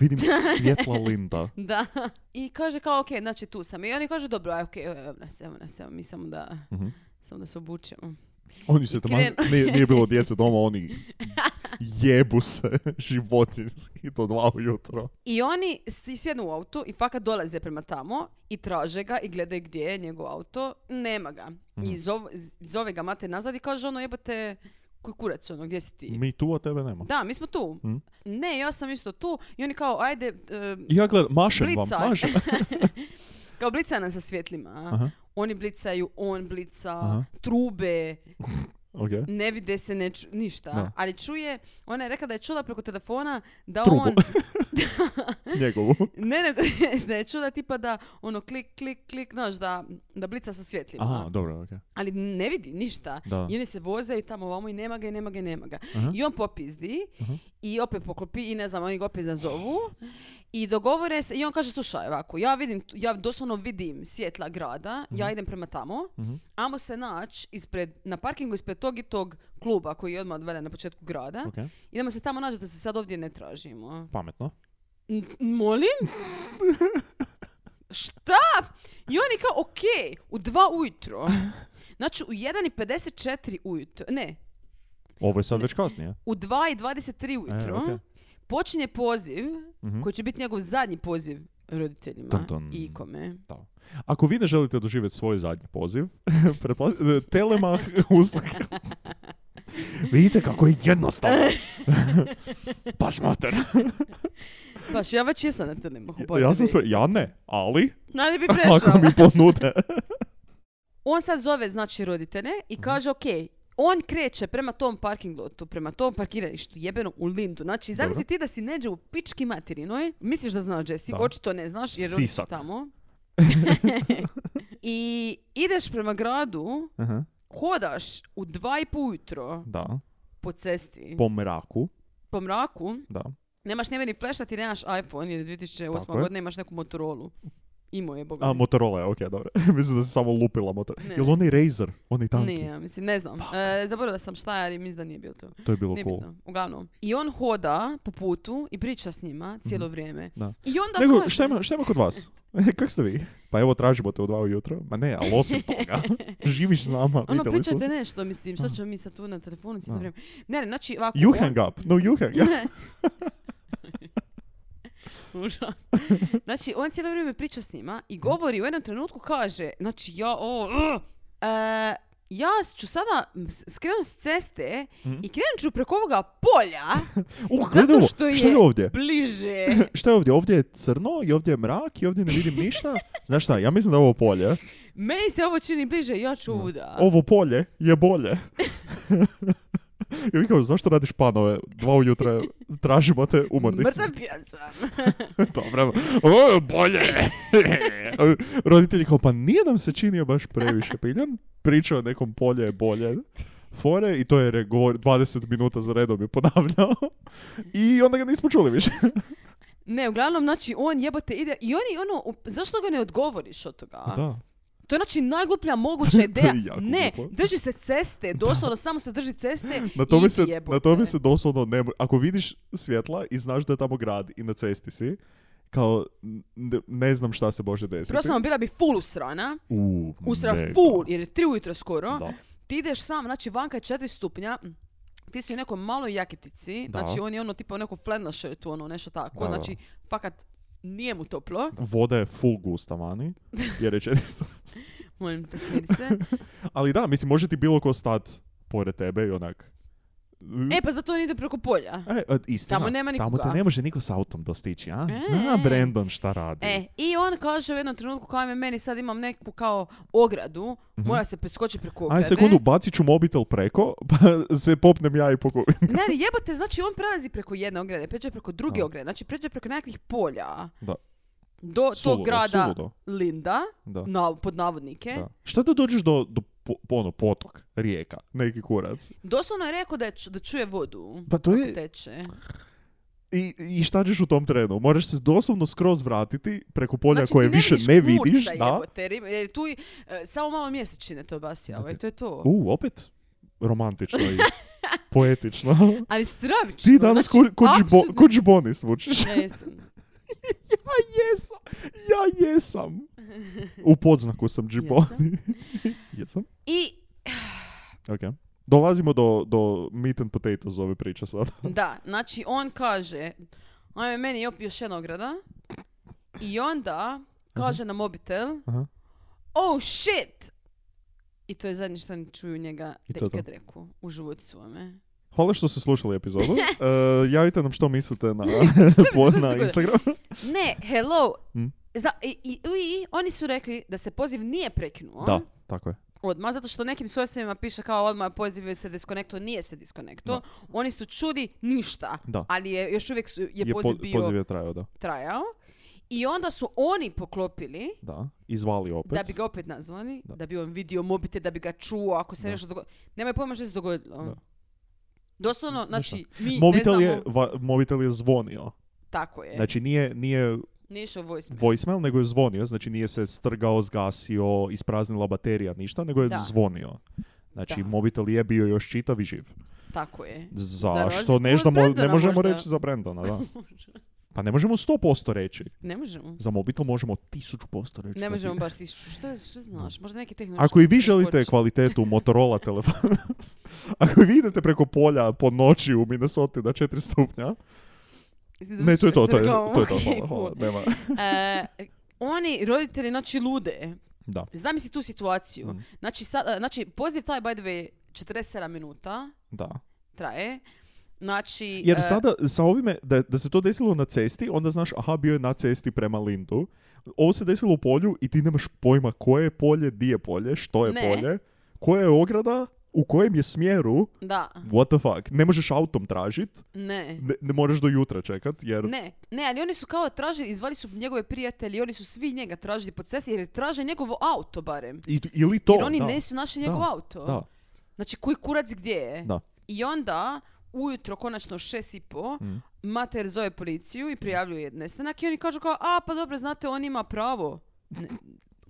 [SPEAKER 4] Vidim svjetla Linda.
[SPEAKER 5] Da. I kaže kao ok, znači tu sam. I oni kažu dobro, aj, ok, evo evo nas, evo nas, evo mi samo da,
[SPEAKER 4] Mhm.
[SPEAKER 5] samo da se obučemo.
[SPEAKER 4] Oni se tamo,
[SPEAKER 5] krenu-
[SPEAKER 4] nije, nije bilo djece doma, oni jebu se životinski do dva ujutro.
[SPEAKER 5] I oni s- sjednu u auto i fakat dolaze prema tamo i traže ga i gledaju gdje je njegov auto. Nema ga.
[SPEAKER 4] Mhm.
[SPEAKER 5] I zov- zove ga mate nazad i kaže ono jebate koji kurac ono, gdje si ti?
[SPEAKER 4] Mi tu, a tebe nema.
[SPEAKER 5] Da, mi smo tu.
[SPEAKER 4] Mhm.
[SPEAKER 5] Ne, ja sam isto tu. I oni kao, ajde, e,
[SPEAKER 4] I ja gledam, mašem
[SPEAKER 5] Blicaj.
[SPEAKER 4] vam, mašem.
[SPEAKER 5] kao blica nam sa svjetlima.
[SPEAKER 4] Aha.
[SPEAKER 5] Oni blicaju, on blica,
[SPEAKER 4] Aha.
[SPEAKER 5] trube,
[SPEAKER 4] Ok.
[SPEAKER 5] ne vide se ne ču- ništa.
[SPEAKER 4] Da.
[SPEAKER 5] Ali čuje, ona je rekla da je čula preko telefona da
[SPEAKER 4] Trubu.
[SPEAKER 5] on...
[SPEAKER 4] Njegovu.
[SPEAKER 5] Ne, ne, da je čula tipa da ono klik, klik, klik, znaš, da, da blica sa svjetlima.
[SPEAKER 4] Aha, dobro, ok.
[SPEAKER 5] Ali ne vidi ništa.
[SPEAKER 4] Da.
[SPEAKER 5] I oni se voze i tamo ovamo i nema ga i nema ga i nema ga.
[SPEAKER 4] Aha.
[SPEAKER 5] I on popizdi i opet poklopi i ne znam, oni ga opet nazovu. I dogovore se, i on kaže, slušaj ovako, ja vidim, ja doslovno vidim svjetla grada,
[SPEAKER 4] Mhm.
[SPEAKER 5] ja idem prema tamo, amo se naći ispred, na parkingu ispred tog i tog kluba koji je odmah vele na početku grada,
[SPEAKER 4] Ok,
[SPEAKER 5] idemo se tamo naći da se sad ovdje ne tražimo.
[SPEAKER 4] pametno.
[SPEAKER 5] N- molim? Šta? I oni kao, ok, u dva ujutro. Znači, u 1.54 ujutro, ne,
[SPEAKER 4] Ovo je sad već kasnije.
[SPEAKER 5] u 2.23 ujutro
[SPEAKER 4] E, okej.
[SPEAKER 5] počinje poziv,
[SPEAKER 4] Mhm.
[SPEAKER 5] koji će biti njegov zadnji poziv roditeljima
[SPEAKER 4] Tum, tum.
[SPEAKER 5] i kome.
[SPEAKER 4] Da. Ako vi ne želite doživjeti svoj zadnji poziv, pretpla- e, telemah usluge. Vidite kako je jednostavno. Pa Baš mater.
[SPEAKER 5] Baš, ja već jesam na telemahu.
[SPEAKER 4] Ja sam sve, ja ne, ali
[SPEAKER 5] Najde bi
[SPEAKER 4] ako
[SPEAKER 5] prešao.
[SPEAKER 4] mi ponude.
[SPEAKER 5] On sad zove, znači, roditelje i
[SPEAKER 4] Mhm.
[SPEAKER 5] kaže, ok, on kreće prema tom parking lotu, prema tom parkiralištu, jebeno u Lindu. Znači, zamisli ti da si neđe u pički materinoj, misliš da znaš gdje si,
[SPEAKER 4] Da.
[SPEAKER 5] očito ne znaš jer oni su
[SPEAKER 4] Sisak.
[SPEAKER 5] tamo. I ideš prema gradu,
[SPEAKER 4] Aha,
[SPEAKER 5] hodaš u dva i po ujutro
[SPEAKER 4] da,
[SPEAKER 5] po cesti, po,
[SPEAKER 4] po mraku,
[SPEAKER 5] mraku,
[SPEAKER 4] da.
[SPEAKER 5] nemaš ni flash, ti nemaš iPhone jer 2008.
[SPEAKER 4] Tako je.
[SPEAKER 5] godine imaš neku Motorola. Imao je, boga.
[SPEAKER 4] A,
[SPEAKER 5] mi.
[SPEAKER 4] Motorola je, okej, dobro. Mislim da se samo lupila Motorola.
[SPEAKER 5] Ne.
[SPEAKER 4] Jel onaj Razer, onaj tanki?
[SPEAKER 5] Nije, mislim, ne znam. E, zaboravila sam šta je, ali mislim da nije bio to.
[SPEAKER 4] To je bilo
[SPEAKER 5] Nije
[SPEAKER 4] cool.
[SPEAKER 5] bitno, uglavnom. I on hoda po putu i priča s njima cijelo vrijeme.
[SPEAKER 4] Mhm. Da.
[SPEAKER 5] I onda
[SPEAKER 4] Nego,
[SPEAKER 5] kaže...
[SPEAKER 4] šta ima, šta ima kod vas? Kak ste vi? Pa evo, tražimo te u dva ujutro. Ma ne, ali osim toga. Živiš s nama.
[SPEAKER 5] Ono,
[SPEAKER 4] vidjeli smo
[SPEAKER 5] pričajte
[SPEAKER 4] se.
[SPEAKER 5] nešto, mislim, šta ćemo mi sad tu na telefonu cijelo
[SPEAKER 4] Da.
[SPEAKER 5] vrijeme. Ne, ne, znači, ovako...
[SPEAKER 4] You
[SPEAKER 5] on-
[SPEAKER 4] hang up. No, you hang up.
[SPEAKER 5] Užasno. Znači, on cijelo vrijeme priča s njima i govori u jednom trenutku kaže, znači ja o, uh, e, ja ću sada s- skrenut s ceste
[SPEAKER 4] Mhm.
[SPEAKER 5] i krenut ću preko ovoga polja
[SPEAKER 4] Uh, gledaj
[SPEAKER 5] zato
[SPEAKER 4] ovo.
[SPEAKER 5] što je,
[SPEAKER 4] Šta je ovdje?
[SPEAKER 5] bliže.
[SPEAKER 4] Šta je ovdje? Ovdje je crno i ovdje je mrak i ovdje ne vidim ništa. Znaš šta, ja mislim da je ovo polje.
[SPEAKER 5] Meni se ovo čini bliže, ja ću uda.
[SPEAKER 4] Ovo polje je bolje. I vi kao, zašto radiš panove? Dva ujutra tražimo te umorni. smo.
[SPEAKER 5] Mrtav pijan sam.
[SPEAKER 4] Dobro. O, bolje. Roditelji kao, pa nije nam se činio baš previše piljan. Pričao o nekom polje je bolje fore i to je regor 20 minuta za redom je ponavljao. I onda ga nismo čuli više.
[SPEAKER 5] Ne, uglavnom, znači, on jebote ide i oni, ono, u- zašto ga ne odgovoriš od toga?
[SPEAKER 4] Da.
[SPEAKER 5] To je, znači, najgluplja moguća ideja.
[SPEAKER 4] jako
[SPEAKER 5] ne,
[SPEAKER 4] glupo.
[SPEAKER 5] drži se ceste, doslovno, samo se drži ceste
[SPEAKER 4] Na
[SPEAKER 5] i
[SPEAKER 4] tome,
[SPEAKER 5] idi
[SPEAKER 4] se,
[SPEAKER 5] jebote.
[SPEAKER 4] na tome se doslovno ne mo- Ako vidiš svjetla i znaš da je tamo grad i na cesti si, kao n- ne znam šta se može desiti.
[SPEAKER 5] Prosto, bila bi full usrana,
[SPEAKER 4] U,
[SPEAKER 5] usra
[SPEAKER 4] mega.
[SPEAKER 5] full, jer je tri ujutro skoro.
[SPEAKER 4] Da.
[SPEAKER 5] Ti ideš sam, znači, vanka je četiri stupnja, mm, ti si u nekoj maloj jaketici,
[SPEAKER 4] Da.
[SPEAKER 5] znači, on je ono, tipa, u nekom flanel shirtu, ono, nešto tako,
[SPEAKER 4] Da, da.
[SPEAKER 5] znači, fakat, nije mu toplo,
[SPEAKER 4] Voda je full gusta vani, jer je četiri
[SPEAKER 5] molim te smiri se.
[SPEAKER 4] Ali da, mislim, može ti bilo ko stat pored tebe i onak...
[SPEAKER 5] E, pa zato on ide preko polja.
[SPEAKER 4] E, e, istina.
[SPEAKER 5] tamo nema
[SPEAKER 4] Tamo
[SPEAKER 5] nikoga.
[SPEAKER 4] te ne može niko s autom dostići, a?
[SPEAKER 5] E.
[SPEAKER 4] Zna Brandon šta radi.
[SPEAKER 5] E, i on kaže u jednom trenutku kao ajme, meni sad imam neku kao ogradu, mora se preskoči preko ograde.
[SPEAKER 4] Aj, Mhm. sekundu, bacit ću mobitel preko, pa se popnem ja i pokupim.
[SPEAKER 5] Ne, ali jebote, znači on prelazi preko jedne ograde, pređe preko druge
[SPEAKER 4] Da.
[SPEAKER 5] ograde, znači pređe preko nekakvih polja.
[SPEAKER 4] Da.
[SPEAKER 5] Do tog
[SPEAKER 4] Suludo,
[SPEAKER 5] grada
[SPEAKER 4] suludo.
[SPEAKER 5] Linda,
[SPEAKER 4] Da.
[SPEAKER 5] na, pod navodnike.
[SPEAKER 4] Da. Šta da dođeš do, do po- ono, potok, rijeka, neki kurac?
[SPEAKER 5] Doslovno je rekao da, je, ču- da čuje vodu.
[SPEAKER 4] Pa to
[SPEAKER 5] kako
[SPEAKER 4] je-
[SPEAKER 5] Teče.
[SPEAKER 4] I, I šta ćeš u tom trenu? Moraš se doslovno skroz vratiti preko polja
[SPEAKER 5] Znači,
[SPEAKER 4] koje
[SPEAKER 5] ti ne
[SPEAKER 4] više
[SPEAKER 5] vidiš
[SPEAKER 4] ne
[SPEAKER 5] kurca,
[SPEAKER 4] vidiš. Da.
[SPEAKER 5] jebote, jer, ima- jer tu i, e, samo malo mjesečine to basija, ovaj, to je to.
[SPEAKER 4] U, opet romantično i poetično.
[SPEAKER 5] Ali stravično.
[SPEAKER 4] Ti danas
[SPEAKER 5] znači,
[SPEAKER 4] znači, kuđi, bo,
[SPEAKER 5] apsolutno-
[SPEAKER 4] kuđi boni svučiš.
[SPEAKER 5] Ja jesam.
[SPEAKER 4] Ja jesam, ja jesam. U podznaku sam džiboni. jesam,
[SPEAKER 5] I
[SPEAKER 4] ok. Dolazimo do, do meat and potatoes ove priče sada.
[SPEAKER 5] Da, znači on kaže, ajme meni je još jedna ograda i onda kaže na mobitel,
[SPEAKER 4] Aha.
[SPEAKER 5] oh shit! I to je zadnje što oni čuju njega
[SPEAKER 4] I
[SPEAKER 5] da
[SPEAKER 4] to je to.
[SPEAKER 5] ikad reku u životu svome.
[SPEAKER 4] Hvala što ste slušali epizodu. E, javite nam što mislite na,
[SPEAKER 5] što se
[SPEAKER 4] na
[SPEAKER 5] dogodilo?
[SPEAKER 4] Instagram.
[SPEAKER 5] Ne, hello!
[SPEAKER 4] Mm.
[SPEAKER 5] Zna, i, i, i oni su rekli da se poziv nije prekinuo
[SPEAKER 4] Da, tako je.
[SPEAKER 5] odmah, zato što nekim sorsevima piše kao odmah poziv se diskonekto, nije se diskonekto.
[SPEAKER 4] Da.
[SPEAKER 5] Oni su čudi ništa,
[SPEAKER 4] Da.
[SPEAKER 5] ali je, još uvijek su, je,
[SPEAKER 4] Je po-
[SPEAKER 5] poziv bio
[SPEAKER 4] poziv je trajao, da.
[SPEAKER 5] trajao. I onda su oni poklopili
[SPEAKER 4] Da, izvali opet.
[SPEAKER 5] Da bi ga opet nazvali, da,
[SPEAKER 4] Da.
[SPEAKER 5] bi on vidio mobitel, da bi ga čuo, ako se
[SPEAKER 4] Da.
[SPEAKER 5] nešto dogodilo. Nemaju pojma što se dogodilo. ono.
[SPEAKER 4] Da.
[SPEAKER 5] Doslovno,
[SPEAKER 4] Ništa.
[SPEAKER 5] znači, mi
[SPEAKER 4] mobitel,
[SPEAKER 5] ne znamo... E.
[SPEAKER 4] je, va- mobitel je zvonio.
[SPEAKER 5] Tako je.
[SPEAKER 4] Znači nije, nije
[SPEAKER 5] Nije išao voicemail.
[SPEAKER 4] voicemail, nego je zvonio, znači nije se strgao, zgasio, ispraznila baterija, ništa, nego je
[SPEAKER 5] Da.
[SPEAKER 4] zvonio. Znači
[SPEAKER 5] Da.
[SPEAKER 4] mobitel je bio još čitav i živ.
[SPEAKER 5] Tako je. razliku
[SPEAKER 4] Zašto?
[SPEAKER 5] od
[SPEAKER 4] Nešto mo- ne
[SPEAKER 5] Brendana
[SPEAKER 4] možemo
[SPEAKER 5] možda.
[SPEAKER 4] reći za Brendana, da. Pa ne možemo 100% reći.
[SPEAKER 5] Ne možemo.
[SPEAKER 4] Za mobitel možemo 1000% reći. da
[SPEAKER 5] Ne
[SPEAKER 4] je
[SPEAKER 5] možemo
[SPEAKER 4] bio.
[SPEAKER 5] baš tišću. Što, što znaš? Možda neki tehnološki
[SPEAKER 4] Znači- Ako i vi želite
[SPEAKER 5] poteškoće.
[SPEAKER 4] kvalitetu Motorola telefona, ako i vi idete preko polja po noći u Minnesota na 4 stupnja,
[SPEAKER 5] Jesi
[SPEAKER 4] ne, to je to,
[SPEAKER 5] završila s
[SPEAKER 4] to je
[SPEAKER 5] reklamom?
[SPEAKER 4] to, je to
[SPEAKER 5] Ok,
[SPEAKER 4] hvala, hvala,
[SPEAKER 5] cool.
[SPEAKER 4] nema.
[SPEAKER 5] E, oni, roditelji, znači, lude.
[SPEAKER 4] Da.
[SPEAKER 5] Zamisli tu situaciju.
[SPEAKER 4] Mm.
[SPEAKER 5] Znači, sa- znači, poziv taj, by the way, 47 minuta
[SPEAKER 4] Da.
[SPEAKER 5] traje. Znači,
[SPEAKER 4] Jer
[SPEAKER 5] e,
[SPEAKER 4] sada sa ovime, da, da se to desilo na cesti, onda znaš, aha, bio je na cesti prema Lindu. Ovo se desilo u polju i ti nemaš pojma koje je polje, di je polje, što je
[SPEAKER 5] Ne.
[SPEAKER 4] polje, koja je ograda, u kojem je smjeru,
[SPEAKER 5] da,
[SPEAKER 4] what the fuck. Ne možeš autom tražit,
[SPEAKER 5] ne.
[SPEAKER 4] ne, ne moraš do jutra čekat, jer...
[SPEAKER 5] Ne, ne, ali oni su kao tražili, izvali su njegove prijatelji, oni su svi njega tražili po cesti jer traže njegovo auto barem.
[SPEAKER 4] I, ili to,
[SPEAKER 5] jer oni
[SPEAKER 4] da,
[SPEAKER 5] nisu našli njegov
[SPEAKER 4] Da,
[SPEAKER 5] auto.
[SPEAKER 4] da,
[SPEAKER 5] Znači, koji kurac gdje je?
[SPEAKER 4] Da.
[SPEAKER 5] I onda, ujutro, konačno šest i po,
[SPEAKER 4] Mm.
[SPEAKER 5] mater zove policiju i prijavljuje nestanak i oni kažu kao, a pa dobro, znate, on ima pravo. Ne,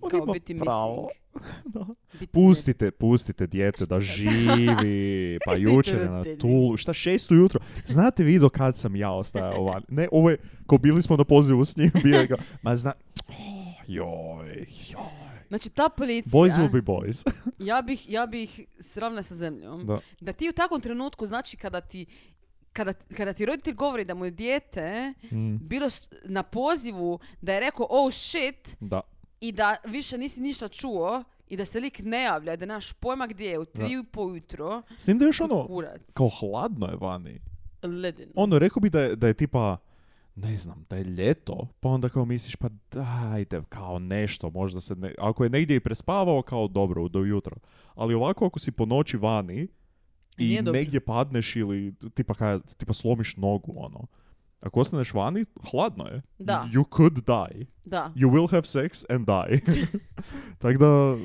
[SPEAKER 4] On
[SPEAKER 5] kao
[SPEAKER 4] ima
[SPEAKER 5] biti
[SPEAKER 4] pravo.
[SPEAKER 5] missing.
[SPEAKER 4] Da.
[SPEAKER 5] Biti
[SPEAKER 4] Pustite, pustite dijete da živi, pa
[SPEAKER 5] Pustite
[SPEAKER 4] jučer je na
[SPEAKER 5] roditelje.
[SPEAKER 4] tulu, šta šest ujutro, znate vi do kad sam ja ostajao van, ne, ovo je, ko bili smo na pozivu s njim, bio je ga, ma zna, oh, joj, joj,
[SPEAKER 5] ne- Znači, ta policija,
[SPEAKER 4] boys will be boys,
[SPEAKER 5] ja bih, ja bih sravna sa zemljom.
[SPEAKER 4] Da.
[SPEAKER 5] ti u takvom trenutku, znači, kada ti kada, kada ti roditelj govori da mu je dijete
[SPEAKER 4] mm,
[SPEAKER 5] bilo s- na pozivu da je rekao oh shit
[SPEAKER 4] da,
[SPEAKER 5] i da više nisi ništa čuo i da se lik ne javlja, da nemaš pojma gdje je u
[SPEAKER 4] Da.
[SPEAKER 5] tri i po ujutro,
[SPEAKER 4] s tim da je još
[SPEAKER 5] koji
[SPEAKER 4] ono,
[SPEAKER 5] kurac,
[SPEAKER 4] kao hladno je vani,
[SPEAKER 5] leden.
[SPEAKER 4] ono, rekao bi da je, da je tipa, ne znam, da je ljeto, pa onda kao misliš, pa dajte, kao nešto, možda se ne... Ako je negdje i prespavao, kao dobro, do jutra. Ali ovako, ako si po noći vani i
[SPEAKER 5] Nije dobro.
[SPEAKER 4] negdje padneš ili tipa, kaj, ja znam, tipa slomiš nogu, ono, ako ostaneš vani, hladno je.
[SPEAKER 5] Da.
[SPEAKER 4] You could die.
[SPEAKER 5] Da.
[SPEAKER 4] You will have sex and die. Tako da,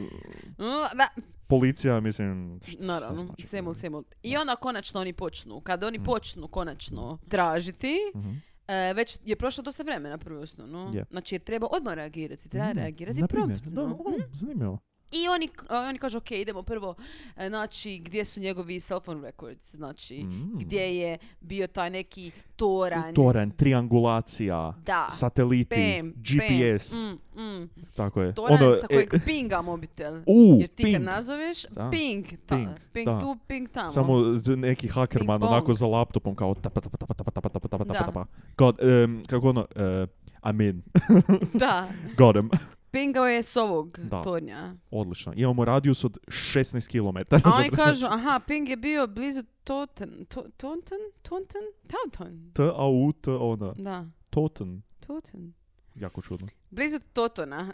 [SPEAKER 5] Mm, da.
[SPEAKER 4] policija, mislim... šta- šta
[SPEAKER 5] Naravno,
[SPEAKER 4] znači?
[SPEAKER 5] semul, semul. I onda konačno oni počnu. Kada oni počnu konačno tražiti,
[SPEAKER 4] Mm. Mhm.
[SPEAKER 5] e, već je prošlo dosta vremena prvo i osnovno.
[SPEAKER 4] Je.
[SPEAKER 5] Znači jer treba odmah reagirati, treba
[SPEAKER 4] Mhm.
[SPEAKER 5] reagirati
[SPEAKER 4] Na primjer,
[SPEAKER 5] promptno. Mm.
[SPEAKER 4] Da, o, zanimljivo.
[SPEAKER 5] I oni, k- a, oni kažu, ok, idemo prvo, e, znači, gdje su njegovi cell phone records, znači,
[SPEAKER 4] Mm.
[SPEAKER 5] gdje je bio taj neki toranj.
[SPEAKER 4] Toren, triangulacija,
[SPEAKER 5] Da.
[SPEAKER 4] sateliti,
[SPEAKER 5] Pam,
[SPEAKER 4] GPS,
[SPEAKER 5] pam, mm, mm.
[SPEAKER 4] tako je.
[SPEAKER 5] Toranj
[SPEAKER 4] Ono,
[SPEAKER 5] sa
[SPEAKER 4] e,
[SPEAKER 5] kojeg pinga mobitel.
[SPEAKER 4] u,
[SPEAKER 5] Jer ti kad
[SPEAKER 4] ping.
[SPEAKER 5] nazoveš,
[SPEAKER 4] Da.
[SPEAKER 5] ping, ta,
[SPEAKER 4] Ping,
[SPEAKER 5] ping,
[SPEAKER 4] da.
[SPEAKER 5] tu, ping tamo.
[SPEAKER 4] Samo d- neki hakerman
[SPEAKER 5] Ping-pong.
[SPEAKER 4] onako za laptopom kao tapa tapa tapa tapa tapa tapa tapa
[SPEAKER 5] Da.
[SPEAKER 4] tapa tapa. God, em, kako ono, e, I'm in,
[SPEAKER 5] Da,
[SPEAKER 4] got him.
[SPEAKER 5] pingao je s ovog
[SPEAKER 4] Da.
[SPEAKER 5] tornja.
[SPEAKER 4] Odlično. Imamo radijus od 16 km.
[SPEAKER 5] A oni kažu, aha, ping je bio blizu Totten, to, Taunton, Taunton, Taunton,
[SPEAKER 4] T, A, U, T, ona.
[SPEAKER 5] da,
[SPEAKER 4] Toten.
[SPEAKER 5] Taunton.
[SPEAKER 4] Jako čudno.
[SPEAKER 5] Blizu Totona.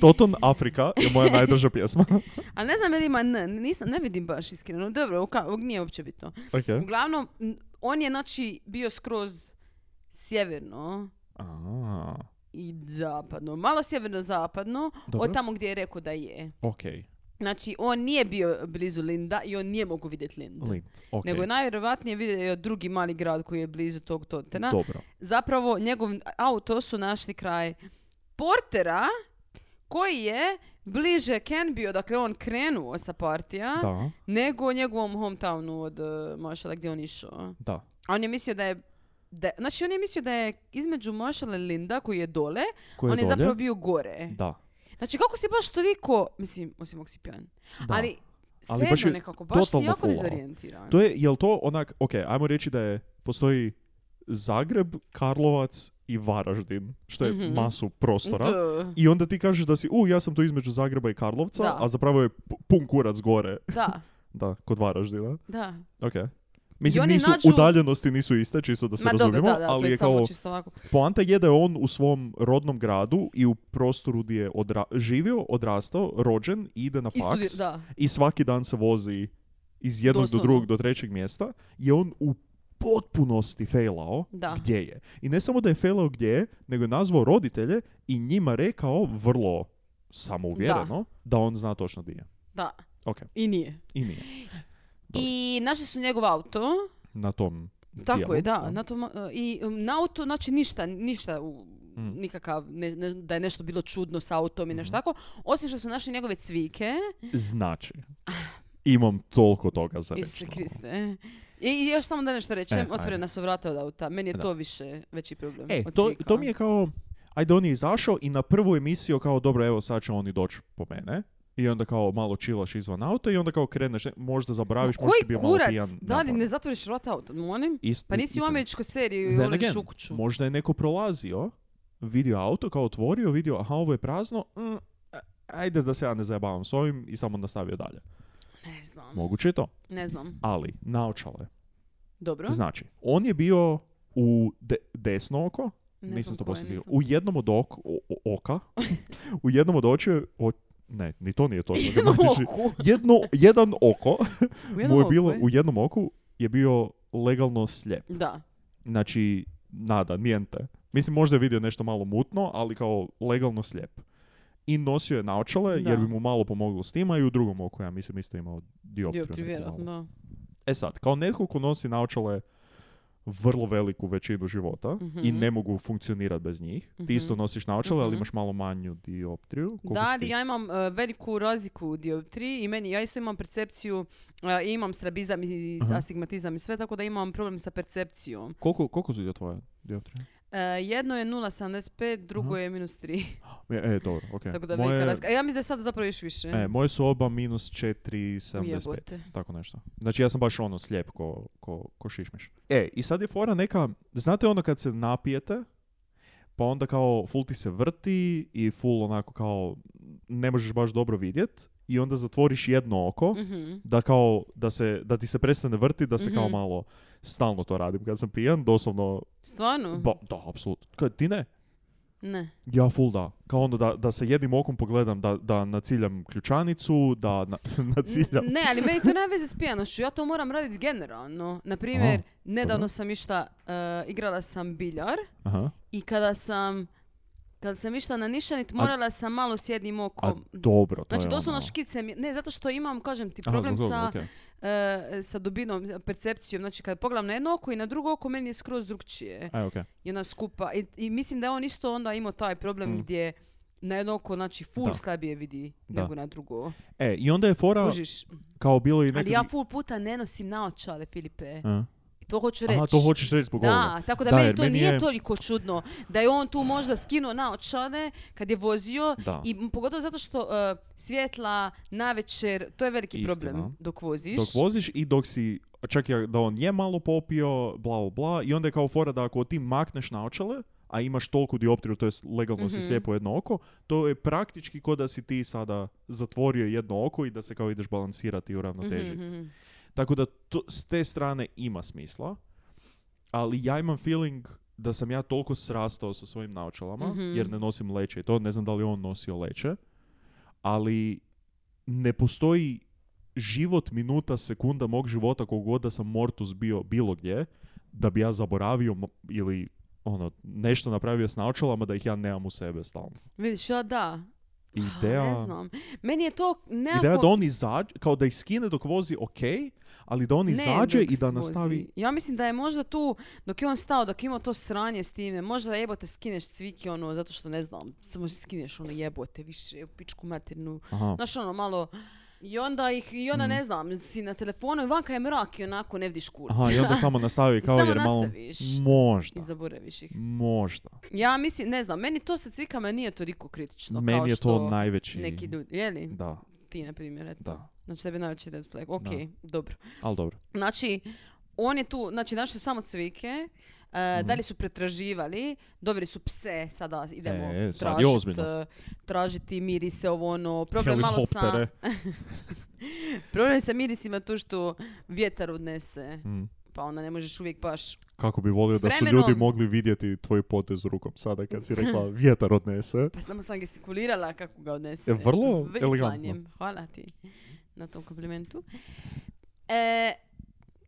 [SPEAKER 4] Toton Afrika je moja najdrža pjesma.
[SPEAKER 5] Ali ne znam je li ima N, nisam, ne vidim baš iskreno. Dobro, uka, nije uopće bitno.
[SPEAKER 4] Ok.
[SPEAKER 5] Uglavnom, n- on je znači bio skroz sjeverno
[SPEAKER 4] A,
[SPEAKER 5] i zapadno. Malo sjeverno-zapadno,
[SPEAKER 4] Dobro.
[SPEAKER 5] od tamo gdje je rekao da je.
[SPEAKER 4] ok.
[SPEAKER 5] Znači, on nije bio blizu Linda i on nije mogu vidjeti Linda.
[SPEAKER 4] Lint. Ok.
[SPEAKER 5] Nego je najvjerovatnije vidio drugi mali grad koji je blizu tog Totena.
[SPEAKER 4] Dobro.
[SPEAKER 5] Zapravo, njegov auto su našli kraj Portera, koji je bliže Kenbio, dakle on krenuo sa partija,
[SPEAKER 4] Da,
[SPEAKER 5] nego njegovom hometownu od uh, Marshalla gdje on išao.
[SPEAKER 4] da.
[SPEAKER 5] A on je mislio da je da, znači on je mislio da je između Marshalla i Linda koji je dole,
[SPEAKER 4] Ko je
[SPEAKER 5] on je
[SPEAKER 4] dolje?
[SPEAKER 5] zapravo bio gore.
[SPEAKER 4] Da.
[SPEAKER 5] Znači kako si baš toliko, mislim, osim ako si pijan,
[SPEAKER 4] Da.
[SPEAKER 5] ali
[SPEAKER 4] Ali baš
[SPEAKER 5] svejedno
[SPEAKER 4] je
[SPEAKER 5] nekako, baš si
[SPEAKER 4] totalno
[SPEAKER 5] jako
[SPEAKER 4] fulao.
[SPEAKER 5] dezorijentiran.
[SPEAKER 4] To je, jel to onak, ok, ajmo reći da je, postoji Zagreb, Karlovac i Varaždin, što je
[SPEAKER 5] Mhm.
[SPEAKER 4] masu prostora.
[SPEAKER 5] Da.
[SPEAKER 4] I onda ti kažeš da si, u, ja sam tu između Zagreba i Karlovca,
[SPEAKER 5] Da.
[SPEAKER 4] a zapravo je pu- pun kurac gore.
[SPEAKER 5] Da,
[SPEAKER 4] Da, kod Varaždina.
[SPEAKER 5] da.
[SPEAKER 4] Ok. Mislim,
[SPEAKER 5] oni
[SPEAKER 4] nisu,
[SPEAKER 5] nađu-
[SPEAKER 4] udaljenosti nisu iste, čisto da se
[SPEAKER 5] Ma dobro,
[SPEAKER 4] razumijemo,
[SPEAKER 5] da, da, to
[SPEAKER 4] ali
[SPEAKER 5] je
[SPEAKER 4] je
[SPEAKER 5] samo
[SPEAKER 4] kao,
[SPEAKER 5] čisto ovako.
[SPEAKER 4] poanta je da je on u svom rodnom gradu i u prostoru gdje je odra- živio, odrastao, rođen, i ide na
[SPEAKER 5] I
[SPEAKER 4] faks
[SPEAKER 5] studi- da.
[SPEAKER 4] i svaki dan se vozi iz jednog do
[SPEAKER 5] Doslovno.
[SPEAKER 4] drugog do trećeg mjesta, je on u potpunosti failao
[SPEAKER 5] Da.
[SPEAKER 4] gdje je. I ne samo da je failao gdje je, nego je nazvao roditelje i njima rekao vrlo samouvjereno da, on zna točno gdje je.
[SPEAKER 5] Da,
[SPEAKER 4] Ok,
[SPEAKER 5] i nije.
[SPEAKER 4] i nije. Dobro.
[SPEAKER 5] I našli su njegov auto
[SPEAKER 4] Na tom
[SPEAKER 5] Tako je,
[SPEAKER 4] dijelu,
[SPEAKER 5] da.
[SPEAKER 4] jel?
[SPEAKER 5] Na to, ma- I um, na auto, znači ništa, ništa, u-
[SPEAKER 4] Mm.
[SPEAKER 5] nikakav, ne, ne- da je nešto bilo čudno s autom i
[SPEAKER 4] Mhm.
[SPEAKER 5] nešto tako. Osim što su našli njegove cvike,
[SPEAKER 4] Znači, imam toliko toga za reći.
[SPEAKER 5] Isuse Kriste. I, i još samo da nešto
[SPEAKER 4] Pa E,
[SPEAKER 5] rečem,
[SPEAKER 4] ajde.
[SPEAKER 5] otvorena su vrata od auta. Meni je
[SPEAKER 4] Da.
[SPEAKER 5] to više veći problem.
[SPEAKER 4] E,
[SPEAKER 5] od
[SPEAKER 4] to,
[SPEAKER 5] cvika.
[SPEAKER 4] to mi je kao, ajde on je izašao i na prvu emisiju kao, dobro, evo sad će oni doći po mene. I onda kao malo čilaš izvan auta i onda kao kreneš, ne- možda zaboraviš, možda si
[SPEAKER 5] Koji
[SPEAKER 4] bio malo
[SPEAKER 5] kurac?
[SPEAKER 4] pijan.
[SPEAKER 5] Da li
[SPEAKER 4] napadan.
[SPEAKER 5] ne zatvoriš vrata auta? Molim?
[SPEAKER 4] Ist-
[SPEAKER 5] Pa nisi ono u
[SPEAKER 4] istina.
[SPEAKER 5] američkoj seriji
[SPEAKER 4] Then
[SPEAKER 5] ulaziš
[SPEAKER 4] again,
[SPEAKER 5] u kuću.
[SPEAKER 4] Možda je neko prolazio, vidio auto, kao otvorio, vidio, aha, ovo je prazno, mm, a- ajde da se ja ne zajebavam s ovim i samo nastavio dalje.
[SPEAKER 5] Ne znam.
[SPEAKER 4] Moguće je to,
[SPEAKER 5] Ne znam.
[SPEAKER 4] ali naočale.
[SPEAKER 5] Dobro.
[SPEAKER 4] Znači, on je bio u de- desno oko,
[SPEAKER 5] Ne
[SPEAKER 4] nisam
[SPEAKER 5] znam
[SPEAKER 4] to
[SPEAKER 5] koje,
[SPEAKER 4] posto
[SPEAKER 5] nisam.
[SPEAKER 4] U jednom od ok- o- o- oka, u jednom od očiju, o- ne, ni to nije točno.
[SPEAKER 5] Jednom
[SPEAKER 4] dramatično.
[SPEAKER 5] oku.
[SPEAKER 4] Jedno, jedan oko
[SPEAKER 5] U
[SPEAKER 4] mu
[SPEAKER 5] jednom
[SPEAKER 4] je
[SPEAKER 5] oku,
[SPEAKER 4] bilo,
[SPEAKER 5] e?
[SPEAKER 4] u jednom oku je bio legalno slijep.
[SPEAKER 5] Da.
[SPEAKER 4] Znači, nada, nijente. Mislim, možda je vidio nešto malo mutno, ali kao legalno slijep. I nosio je naočale,
[SPEAKER 5] Da.
[SPEAKER 4] jer bi mu malo pomoglo s tima i u drugom oku, ja mislim, isto je imao dioptriju.
[SPEAKER 5] Dioptriju,
[SPEAKER 4] neku malu.
[SPEAKER 5] vjerojatno, da.
[SPEAKER 4] E sad, kao netko ko nosi naočale vrlo veliku većinu života
[SPEAKER 5] Mhm.
[SPEAKER 4] i ne mogu funkcionirati bez njih, ti isto nosiš naočale, ali imaš malo manju dioptriju. koliko
[SPEAKER 5] Da,
[SPEAKER 4] si
[SPEAKER 5] ali
[SPEAKER 4] ti?
[SPEAKER 5] ja imam e, veliku razliku u dioptriji i meni, ja isto imam percepciju, e, i imam strabizam i astigmatizam i sve, tako da imam problem sa percepcijom.
[SPEAKER 4] Koliko, koliko su tvoje dioptrije?
[SPEAKER 5] E, jedno je 0,75, drugo je minus 3,
[SPEAKER 4] E, e, dobro, okej.
[SPEAKER 5] tako da
[SPEAKER 4] Moje-
[SPEAKER 5] velika razlika. A ja mislim da je sad zapravo još više.
[SPEAKER 4] E, moje su oba minus 4,75.
[SPEAKER 5] Ujebote.
[SPEAKER 4] Tako nešto. Znači ja sam baš ono slijep ko, ko, ko šišmiš. E, i sad je fora neka, znate ono kad se napijete, pa onda kao full ti se vrti i full onako kao ne možeš baš dobro vidjet i onda zatvoriš jedno oko
[SPEAKER 5] Mhm.
[SPEAKER 4] da kao, da, se, da ti se prestane vrti, da se kao
[SPEAKER 5] Mhm.
[SPEAKER 4] malo stalno to radim kad sam pijan, doslovno,
[SPEAKER 5] Stvarno?
[SPEAKER 4] ba, da, apsolutno. Kad ti ne?
[SPEAKER 5] Ne.
[SPEAKER 4] Ja full da. Kao onda da, da sa jednim okom pogledam da, da naciljam ključanicu, da na, naciljam...
[SPEAKER 5] Ne, ali meni to nema veze s pijanošću, ja to moram raditi generalno. Naprimjer,
[SPEAKER 4] Aha,
[SPEAKER 5] nedavno
[SPEAKER 4] dobro.
[SPEAKER 5] sam išla, e, igrala sam biljar
[SPEAKER 4] Aha.
[SPEAKER 5] i kada sam, kada sam išla na nišanit, morala sam malo s jednim
[SPEAKER 4] A
[SPEAKER 5] okom.
[SPEAKER 4] dobro, to
[SPEAKER 5] Znači,
[SPEAKER 4] je
[SPEAKER 5] doslovno
[SPEAKER 4] ono...
[SPEAKER 5] škice mi, ne, zato što imam, kažem ti,
[SPEAKER 4] Aha,
[SPEAKER 5] problem
[SPEAKER 4] zbog
[SPEAKER 5] sa,
[SPEAKER 4] toga, okej.
[SPEAKER 5] e, sa dubinom, sa percepcijom. Znači, kad pogledam na jedno oko i na drugo oko, meni je skroz drugčije.
[SPEAKER 4] E, okej.
[SPEAKER 5] I ona skupa. I, i mislim da je on isto onda imao taj problem gdje na jedno oko, znači, full
[SPEAKER 4] Mm. Da.
[SPEAKER 5] slabije vidi
[SPEAKER 4] Da.
[SPEAKER 5] nego na drugo.
[SPEAKER 4] E, i onda je fora,
[SPEAKER 5] Kužiš?
[SPEAKER 4] kao bilo i nekad...
[SPEAKER 5] Ali ja full puta ne nosim naočale, Filipe.
[SPEAKER 4] A.
[SPEAKER 5] To hoću reći.
[SPEAKER 4] Aha, to hoćeš reći zbog
[SPEAKER 5] Da,
[SPEAKER 4] ovoga.
[SPEAKER 5] tako da,
[SPEAKER 4] Da,
[SPEAKER 5] meni
[SPEAKER 4] jer
[SPEAKER 5] to
[SPEAKER 4] meni
[SPEAKER 5] nije
[SPEAKER 4] je-
[SPEAKER 5] toliko čudno. Da je on tu možda skinuo naočale kad je vozio
[SPEAKER 4] Da.
[SPEAKER 5] i m- pogotovo zato što e, svjetla navečer, to je veliki
[SPEAKER 4] Istina.
[SPEAKER 5] problem dok voziš.
[SPEAKER 4] Dok voziš i dok si, čak i da on je malo popio, bla, bla, bla, i onda je kao fora da ako ti makneš naočale, a imaš toliku dioptriju, to jest legalno
[SPEAKER 5] Mhm.
[SPEAKER 4] si slijepo jedno oko, to je praktički ko da si ti sada zatvorio jedno oko i da se kao ideš balansirati i uravnotežiti.
[SPEAKER 5] Mhm.
[SPEAKER 4] Tako da to, s te strane ima smisla, ali ja imam feeling da sam ja toliko srastao sa svojim naočalama,
[SPEAKER 5] Mhm.
[SPEAKER 4] jer ne nosim leće i to, ne znam da li je on nosio leće, ali ne postoji život, minuta, sekunda mog života kog god da sam mortus bio bilo gdje, da bi ja zaboravio mo- ili ono, nešto napravio s naočalama da ih ja nemam u sebe stalno.
[SPEAKER 5] Vidiš, ja da. Pa,
[SPEAKER 4] Ideja...
[SPEAKER 5] Ne znam. Meni je to nekako...
[SPEAKER 4] Ideja da on izađe, kao da ih skine dok vozi ok, ali da on
[SPEAKER 5] Ne,
[SPEAKER 4] izađe
[SPEAKER 5] dok
[SPEAKER 4] i da
[SPEAKER 5] vozi.
[SPEAKER 4] nastavi...
[SPEAKER 5] Ja mislim da je možda tu, dok je on stao, dok je imao to sranje s time, možda jebote skineš cvike, ono, zato što ne znam, samo skineš ono jebote više, u pičku maternu.
[SPEAKER 4] Aha.
[SPEAKER 5] Znaš, ono, malo... I onda ih, i onda
[SPEAKER 4] Mm.
[SPEAKER 5] ne znam, si na telefonu i vanka je mrak i onako ne vidiš kurca.
[SPEAKER 4] Aha, i onda samo nastavi kao
[SPEAKER 5] samo
[SPEAKER 4] jer malo...
[SPEAKER 5] nastaviš. I
[SPEAKER 4] Možda.
[SPEAKER 5] zaboraviš ih.
[SPEAKER 4] Možda.
[SPEAKER 5] Ja mislim, ne znam, meni to sa cvikama nije toliko kritično. kao
[SPEAKER 4] Meni je
[SPEAKER 5] što
[SPEAKER 4] to najveći...
[SPEAKER 5] Neki ljudi, jeli?
[SPEAKER 4] Da,
[SPEAKER 5] Ti, na primjer, eto.
[SPEAKER 4] Da.
[SPEAKER 5] Znači, tebi je najveći red flag. Ok, dobro.
[SPEAKER 4] ali dobro.
[SPEAKER 5] Znači, on je tu, znači našli su samo cvike,
[SPEAKER 4] Mhm.
[SPEAKER 5] e, dalje su pretraživali, doveli su pse, sada idemo
[SPEAKER 4] E, sad je
[SPEAKER 5] tražit,
[SPEAKER 4] ozbiljno.
[SPEAKER 5] e, tražiti mirise, ovo ono, problem malo sa,
[SPEAKER 4] Helihoptere.
[SPEAKER 5] problem je sa mirisima tu što vjetar odnese,
[SPEAKER 4] Mm.
[SPEAKER 5] pa onda ne možeš uvijek baš,
[SPEAKER 4] Kako bi volio
[SPEAKER 5] S
[SPEAKER 4] da su
[SPEAKER 5] vremenom-
[SPEAKER 4] ljudi mogli vidjeti tvoj potez rukom sada kad si rekla vjetar odnese.
[SPEAKER 5] pa samo sam gestikulirala kako ga odnese.
[SPEAKER 4] E, vrlo elegantno.
[SPEAKER 5] Vitlanjem. Hvala ti na tom komplimentu. E,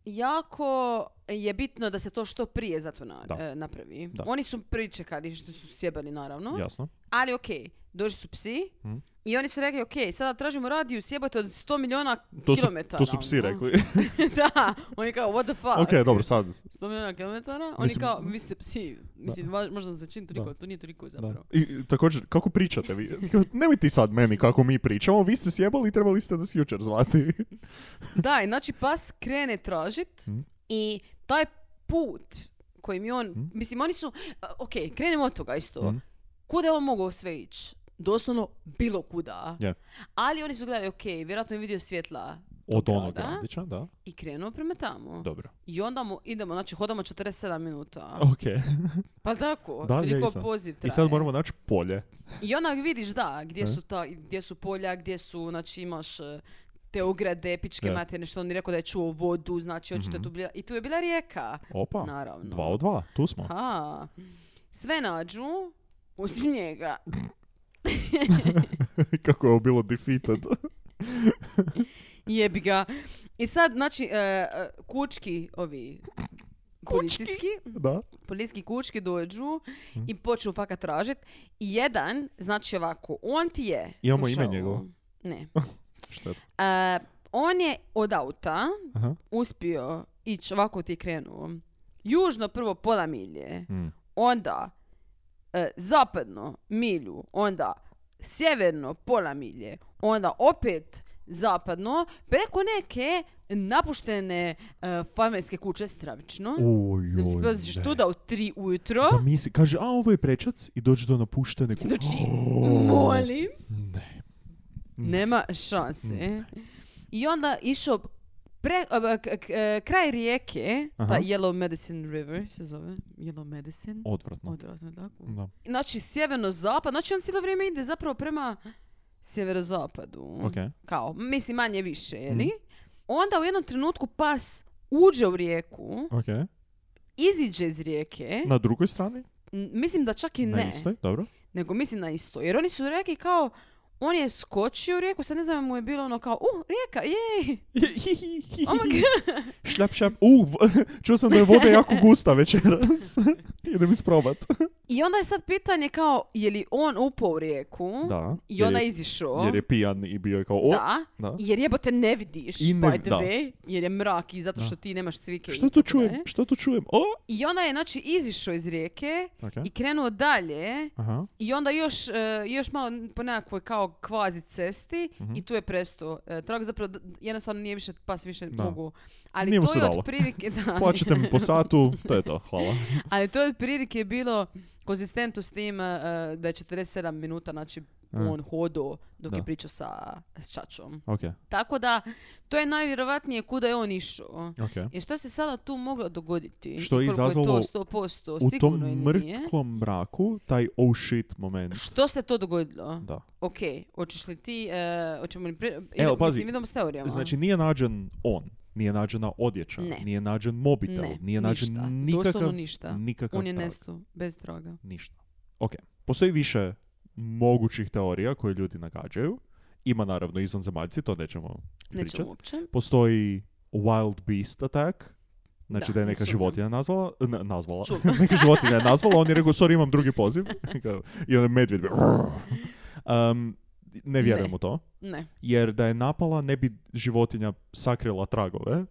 [SPEAKER 5] jako je bitno da se to što prije zato na-
[SPEAKER 4] Da.
[SPEAKER 5] e, napravi.
[SPEAKER 4] Da.
[SPEAKER 5] Oni su pričekali što su sjebali naravno,
[SPEAKER 4] Jasno.
[SPEAKER 5] ali ok, došli su psi
[SPEAKER 4] Mhm.
[SPEAKER 5] i oni su rekli ok, sada tražimo radiju sjebate od 100 miliona
[SPEAKER 4] To su,
[SPEAKER 5] kilometara.
[SPEAKER 4] to su psi
[SPEAKER 5] ono.
[SPEAKER 4] rekli.
[SPEAKER 5] da, oni kao what the fuck.
[SPEAKER 4] ok, dobro, sad.
[SPEAKER 5] 100 miliona kilometara, oni
[SPEAKER 4] Mislim-
[SPEAKER 5] kao vi ste psi. Mislim, va- možda se čini toliko,
[SPEAKER 4] Da.
[SPEAKER 5] to nije toliko zapravo.
[SPEAKER 4] Da. I također, kako pričate vi? Nemoj ti sad meni kako mi pričamo, vi ste sjebali i trebali ste nas jučer zvati.
[SPEAKER 5] Da, i znači pas krene tražit
[SPEAKER 4] Mhm.
[SPEAKER 5] i taj put kojim je on,
[SPEAKER 4] Mm.
[SPEAKER 5] mislim oni su, a, ok, krenemo od toga isto.
[SPEAKER 4] Mhm.
[SPEAKER 5] Kuda je on mogao sve ići? Doslovno bilo kuda.
[SPEAKER 4] Je.
[SPEAKER 5] Ali oni su gledali, ok, vjerojatno je vidio svjetla
[SPEAKER 4] Od
[SPEAKER 5] Dobro,
[SPEAKER 4] onog
[SPEAKER 5] da.
[SPEAKER 4] Randića, da.
[SPEAKER 5] i krenuo prema tamo.
[SPEAKER 4] Dobro.
[SPEAKER 5] I onda mu idemo, znači hodamo 47 minuta.
[SPEAKER 4] Ok.
[SPEAKER 5] Pa tako,
[SPEAKER 4] Oh. Da, je
[SPEAKER 5] toliko
[SPEAKER 4] istina.
[SPEAKER 5] poziv traje.
[SPEAKER 4] I sad moramo naći polje.
[SPEAKER 5] I onda vidiš, da,
[SPEAKER 4] E.
[SPEAKER 5] gdje su, ta, gdje su polja, gdje su, znači imaš e, te ograde, pičke
[SPEAKER 4] Je.
[SPEAKER 5] materne, što on je rekao da je čuo vodu, znači očito je tu bila, i tu je bila rijeka.
[SPEAKER 4] Opa.
[SPEAKER 5] Naravno.
[SPEAKER 4] Mhm. Dva od dva, tu smo.
[SPEAKER 5] Ha. Sve nađu, uz njega.
[SPEAKER 4] Kako je ovo bilo defeated.
[SPEAKER 5] Jebi ga. I sad, znači, e, e, kučki ovi, policijski,
[SPEAKER 4] da.
[SPEAKER 5] policijski kučki dođu
[SPEAKER 4] Mhm.
[SPEAKER 5] i počnu fakat tražit. I jedan, znači ovako, on ti je...
[SPEAKER 4] Imamo
[SPEAKER 5] slušaj
[SPEAKER 4] ime
[SPEAKER 5] ovo.
[SPEAKER 4] njegovo?
[SPEAKER 5] Ne.
[SPEAKER 4] Šteta.
[SPEAKER 5] E, on je od auta
[SPEAKER 4] Aha.
[SPEAKER 5] uspio ići, ovako ti je krenuo, južno prvo pola milje,
[SPEAKER 4] Mm.
[SPEAKER 5] onda e, zapadno milju, onda sjeverno pola milje, onda opet zapadno, preko neke napuštene e, farmerske kuće stravično. Da mi se prolaziš tu da u tri ujutro.
[SPEAKER 4] Zamisli, kaže, a ovo je prečac i dođe do napuštene kuće.
[SPEAKER 5] Znači, molim.
[SPEAKER 4] Ne. Mm.
[SPEAKER 5] Nema šanse. I onda išao pre, ob- k- k- kraj rijeke,
[SPEAKER 4] Aha.
[SPEAKER 5] ta Yellow Medicine River se zove, Yellow Medicine.
[SPEAKER 4] Odvratno.
[SPEAKER 5] Odrazno, tako.
[SPEAKER 4] Da.
[SPEAKER 5] Znači, sjeverno-zapad, znači on cijelo vrijeme ide zapravo prema sjeverozapadu.
[SPEAKER 4] Ok. Mm.
[SPEAKER 5] Kao, mislim manje više, jeli? Onda u jednom trenutku pas uđe u rijeku,
[SPEAKER 4] Ok.
[SPEAKER 5] iziđe iz rijeke,
[SPEAKER 4] Na drugoj strani?
[SPEAKER 5] n- mislim da čak i
[SPEAKER 4] Na
[SPEAKER 5] ne,
[SPEAKER 4] istoj? Dobro.
[SPEAKER 5] nego mislim na isto. Jer oni su rekli kao, on je skočio u rijeku, sad ne znam mu je bilo ono kao, uh, rijeka, jej! Oh my
[SPEAKER 4] šljap, šljap. U, v- čuo sam da je voda jako gusta večeras. Idem isprobat.
[SPEAKER 5] I onda je sad pitanje kao, je li on upao u rijeku?
[SPEAKER 4] Da.
[SPEAKER 5] I onda
[SPEAKER 4] jer je-
[SPEAKER 5] izišao.
[SPEAKER 4] Jer je pijan i bio je kao, o,
[SPEAKER 5] da.
[SPEAKER 4] da.
[SPEAKER 5] Jer jebote ne vidiš,
[SPEAKER 4] I ne-
[SPEAKER 5] by the
[SPEAKER 4] da.
[SPEAKER 5] way, jer je mrak i zato
[SPEAKER 4] Da.
[SPEAKER 5] što ti nemaš cvike. i
[SPEAKER 4] Što to
[SPEAKER 5] tako
[SPEAKER 4] čujem?
[SPEAKER 5] dalje.
[SPEAKER 4] Što to čujem? O!
[SPEAKER 5] I onda je, znači, izišao iz rijeke i krenuo dalje
[SPEAKER 4] Aha.
[SPEAKER 5] i onda još, e, još malo po nekakvoj kao kvazi cesti
[SPEAKER 4] Mhm.
[SPEAKER 5] i tu je prestao. E, trag zapravo, d- jednostavno nije više pas više
[SPEAKER 4] Da.
[SPEAKER 5] mogu. Ali
[SPEAKER 4] Nije mu
[SPEAKER 5] to
[SPEAKER 4] se
[SPEAKER 5] je
[SPEAKER 4] dalo.
[SPEAKER 5] otprilike... Da,
[SPEAKER 4] Plaćate mi po satu, to je to, hvala.
[SPEAKER 5] Ali to je otprilike bilo konzistentno s tim e, e, da je 47 minuta, znači, on hodo dok
[SPEAKER 4] Mm. Da.
[SPEAKER 5] je pričao sa, s čačom.
[SPEAKER 4] Ok,
[SPEAKER 5] Tako da, to je najvjerovatnije kuda je on išao.
[SPEAKER 4] ok.
[SPEAKER 5] I što se sada tu moglo dogoditi?
[SPEAKER 4] Što je
[SPEAKER 5] I koliko
[SPEAKER 4] izazvalo
[SPEAKER 5] to 100%,
[SPEAKER 4] U tom
[SPEAKER 5] sigurno i nije.
[SPEAKER 4] mrklom mraku, taj oh shit moment.
[SPEAKER 5] Što se to dogodilo?
[SPEAKER 4] Da.
[SPEAKER 5] Ok, hoćeš li ti, e, hoćemo li prije...
[SPEAKER 4] Evo, pazi.
[SPEAKER 5] Mislim, idemo s teorijama.
[SPEAKER 4] Znači, nije nađen on, nije nađena odjeća,
[SPEAKER 5] Ne.
[SPEAKER 4] nije nađen mobitel,
[SPEAKER 5] ne,
[SPEAKER 4] nije nađen
[SPEAKER 5] ništa.
[SPEAKER 4] nikakav...
[SPEAKER 5] Doslovno ništa.
[SPEAKER 4] Nikakav
[SPEAKER 5] On je
[SPEAKER 4] trag.
[SPEAKER 5] nestao, bez traga.
[SPEAKER 4] Ništa. Ok. Postoji više mogućih teorija koje ljudi nagađaju. Ima naravno izvanzemaljci, to nećemo pričat.
[SPEAKER 5] Nećemo uopće.
[SPEAKER 4] Postoji wild beast attack, znači da,
[SPEAKER 5] Da,
[SPEAKER 4] je
[SPEAKER 5] ne
[SPEAKER 4] neka
[SPEAKER 5] sumnjam.
[SPEAKER 4] životinja nazvala, na- nazvala,
[SPEAKER 5] Čula.
[SPEAKER 4] neka životinja je nazvala, on je rekao, sorry, imam drugi poziv. I onda je medvjed bio, um, ne vjerujem
[SPEAKER 5] Ne.
[SPEAKER 4] u to.
[SPEAKER 5] Ne.
[SPEAKER 4] Jer da je napala, ne bi životinja sakrila tragove.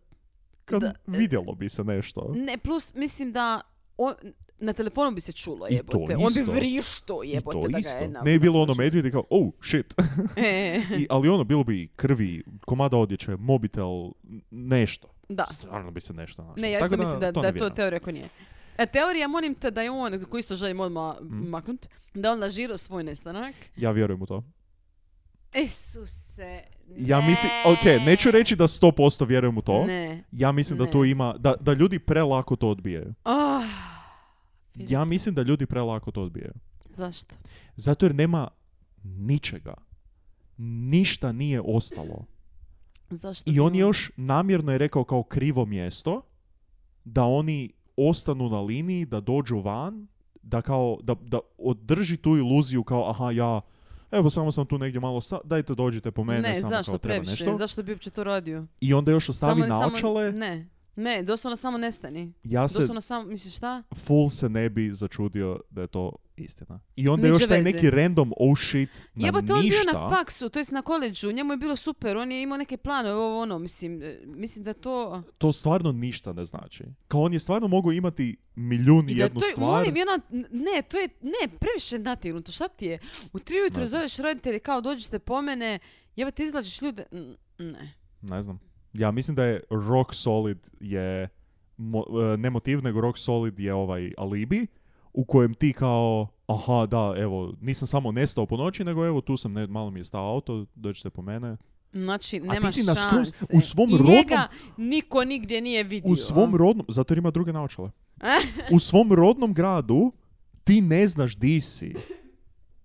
[SPEAKER 4] Kad
[SPEAKER 5] Da.
[SPEAKER 4] vidjelo bi se nešto.
[SPEAKER 5] Ne, plus mislim da on- na telefonu bi se čulo
[SPEAKER 4] I to
[SPEAKER 5] jebote. On bi
[SPEAKER 4] isto.
[SPEAKER 5] vrišto
[SPEAKER 4] I to
[SPEAKER 5] jebote da ga
[SPEAKER 4] isto.
[SPEAKER 5] je
[SPEAKER 4] ne je bilo ono
[SPEAKER 5] napušio.
[SPEAKER 4] medvjed i kao, oh, shit.
[SPEAKER 5] E,
[SPEAKER 4] I, ali ono, bilo bi krvi, komada odjeće, mobitel, n- nešto.
[SPEAKER 5] da.
[SPEAKER 4] Stvarno bi se nešto našlo.
[SPEAKER 5] Ne, ja
[SPEAKER 4] Tako
[SPEAKER 5] isto mislim da,
[SPEAKER 4] to
[SPEAKER 5] da,
[SPEAKER 4] ne
[SPEAKER 5] je to
[SPEAKER 4] vjerujem.
[SPEAKER 5] teorija ko nije. E, teorija, molim te da je on, koji isto želim odmah
[SPEAKER 4] Mm.
[SPEAKER 5] maknut, da je on lažirao svoj nestanak.
[SPEAKER 4] Ja vjerujem u to.
[SPEAKER 5] Isuse, ne.
[SPEAKER 4] Ja mislim, ok, neću reći da 100% vjerujem u to.
[SPEAKER 5] Ne.
[SPEAKER 4] Ja mislim da tu
[SPEAKER 5] Ne.
[SPEAKER 4] ima, da, da ljudi prelako to odbijaju.
[SPEAKER 5] Ah,
[SPEAKER 4] Ja mislim da ljudi prelako to odbijaju.
[SPEAKER 5] zašto?
[SPEAKER 4] Zato jer nema ničega. Ništa nije ostalo.
[SPEAKER 5] Zašto?
[SPEAKER 4] I
[SPEAKER 5] bi
[SPEAKER 4] on je još namjerno je rekao kao krivo mjesto da oni ostanu na liniji, da dođu van, da kao, da, da održi tu iluziju kao aha ja, evo samo sam tu negdje malo, sta, dajte dođite po mene,
[SPEAKER 5] Ne,
[SPEAKER 4] samo
[SPEAKER 5] zašto
[SPEAKER 4] kao treba
[SPEAKER 5] previše?
[SPEAKER 4] nešto.
[SPEAKER 5] Zašto bi uopće to radio?
[SPEAKER 4] I onda još ostavi
[SPEAKER 5] samo,
[SPEAKER 4] naočale
[SPEAKER 5] Ne. Ne, doslovno samo nestani.
[SPEAKER 4] Ja se
[SPEAKER 5] Doslovno samo, misliš šta?
[SPEAKER 4] full se ne bi začudio da je to istina. I onda
[SPEAKER 5] Niče
[SPEAKER 4] još taj
[SPEAKER 5] veze.
[SPEAKER 4] neki random oh shit na
[SPEAKER 5] Jebote,
[SPEAKER 4] ništa.
[SPEAKER 5] on bio na faksu, to jest na koleđžu, njemu je bilo super, on je imao neke planove, ovo ono, mislim, e, mislim da to...
[SPEAKER 4] to stvarno ništa ne znači. Kao on je stvarno mogao imati milijun i
[SPEAKER 5] da
[SPEAKER 4] jednu
[SPEAKER 5] to je,
[SPEAKER 4] stvar.
[SPEAKER 5] molim, jedna, ne, to je, ne, previše nategnuto, šta ti je? U tri ujutro
[SPEAKER 4] Ne znam.
[SPEAKER 5] zoveš roditelje kao dođite po mene, jebote, izlačiš ljude, n- ne.
[SPEAKER 4] Ne znam. Ja mislim da je Rock Solid je mo- e, ne motiv, nego Rock Solid je ovaj alibi u kojem ti kao aha, da, evo, nisam samo nestao po noći, nego evo, tu sam, ne, malo mi je stao auto, dođite po mene.
[SPEAKER 5] Znači,
[SPEAKER 4] A ti
[SPEAKER 5] nema
[SPEAKER 4] si
[SPEAKER 5] šanse.
[SPEAKER 4] na skroz- u svom
[SPEAKER 5] I
[SPEAKER 4] rodnom-
[SPEAKER 5] njega niko nigdje nije vidio.
[SPEAKER 4] U svom rodnom, zato jer ima druge naočale. U svom rodnom gradu ti ne znaš di si.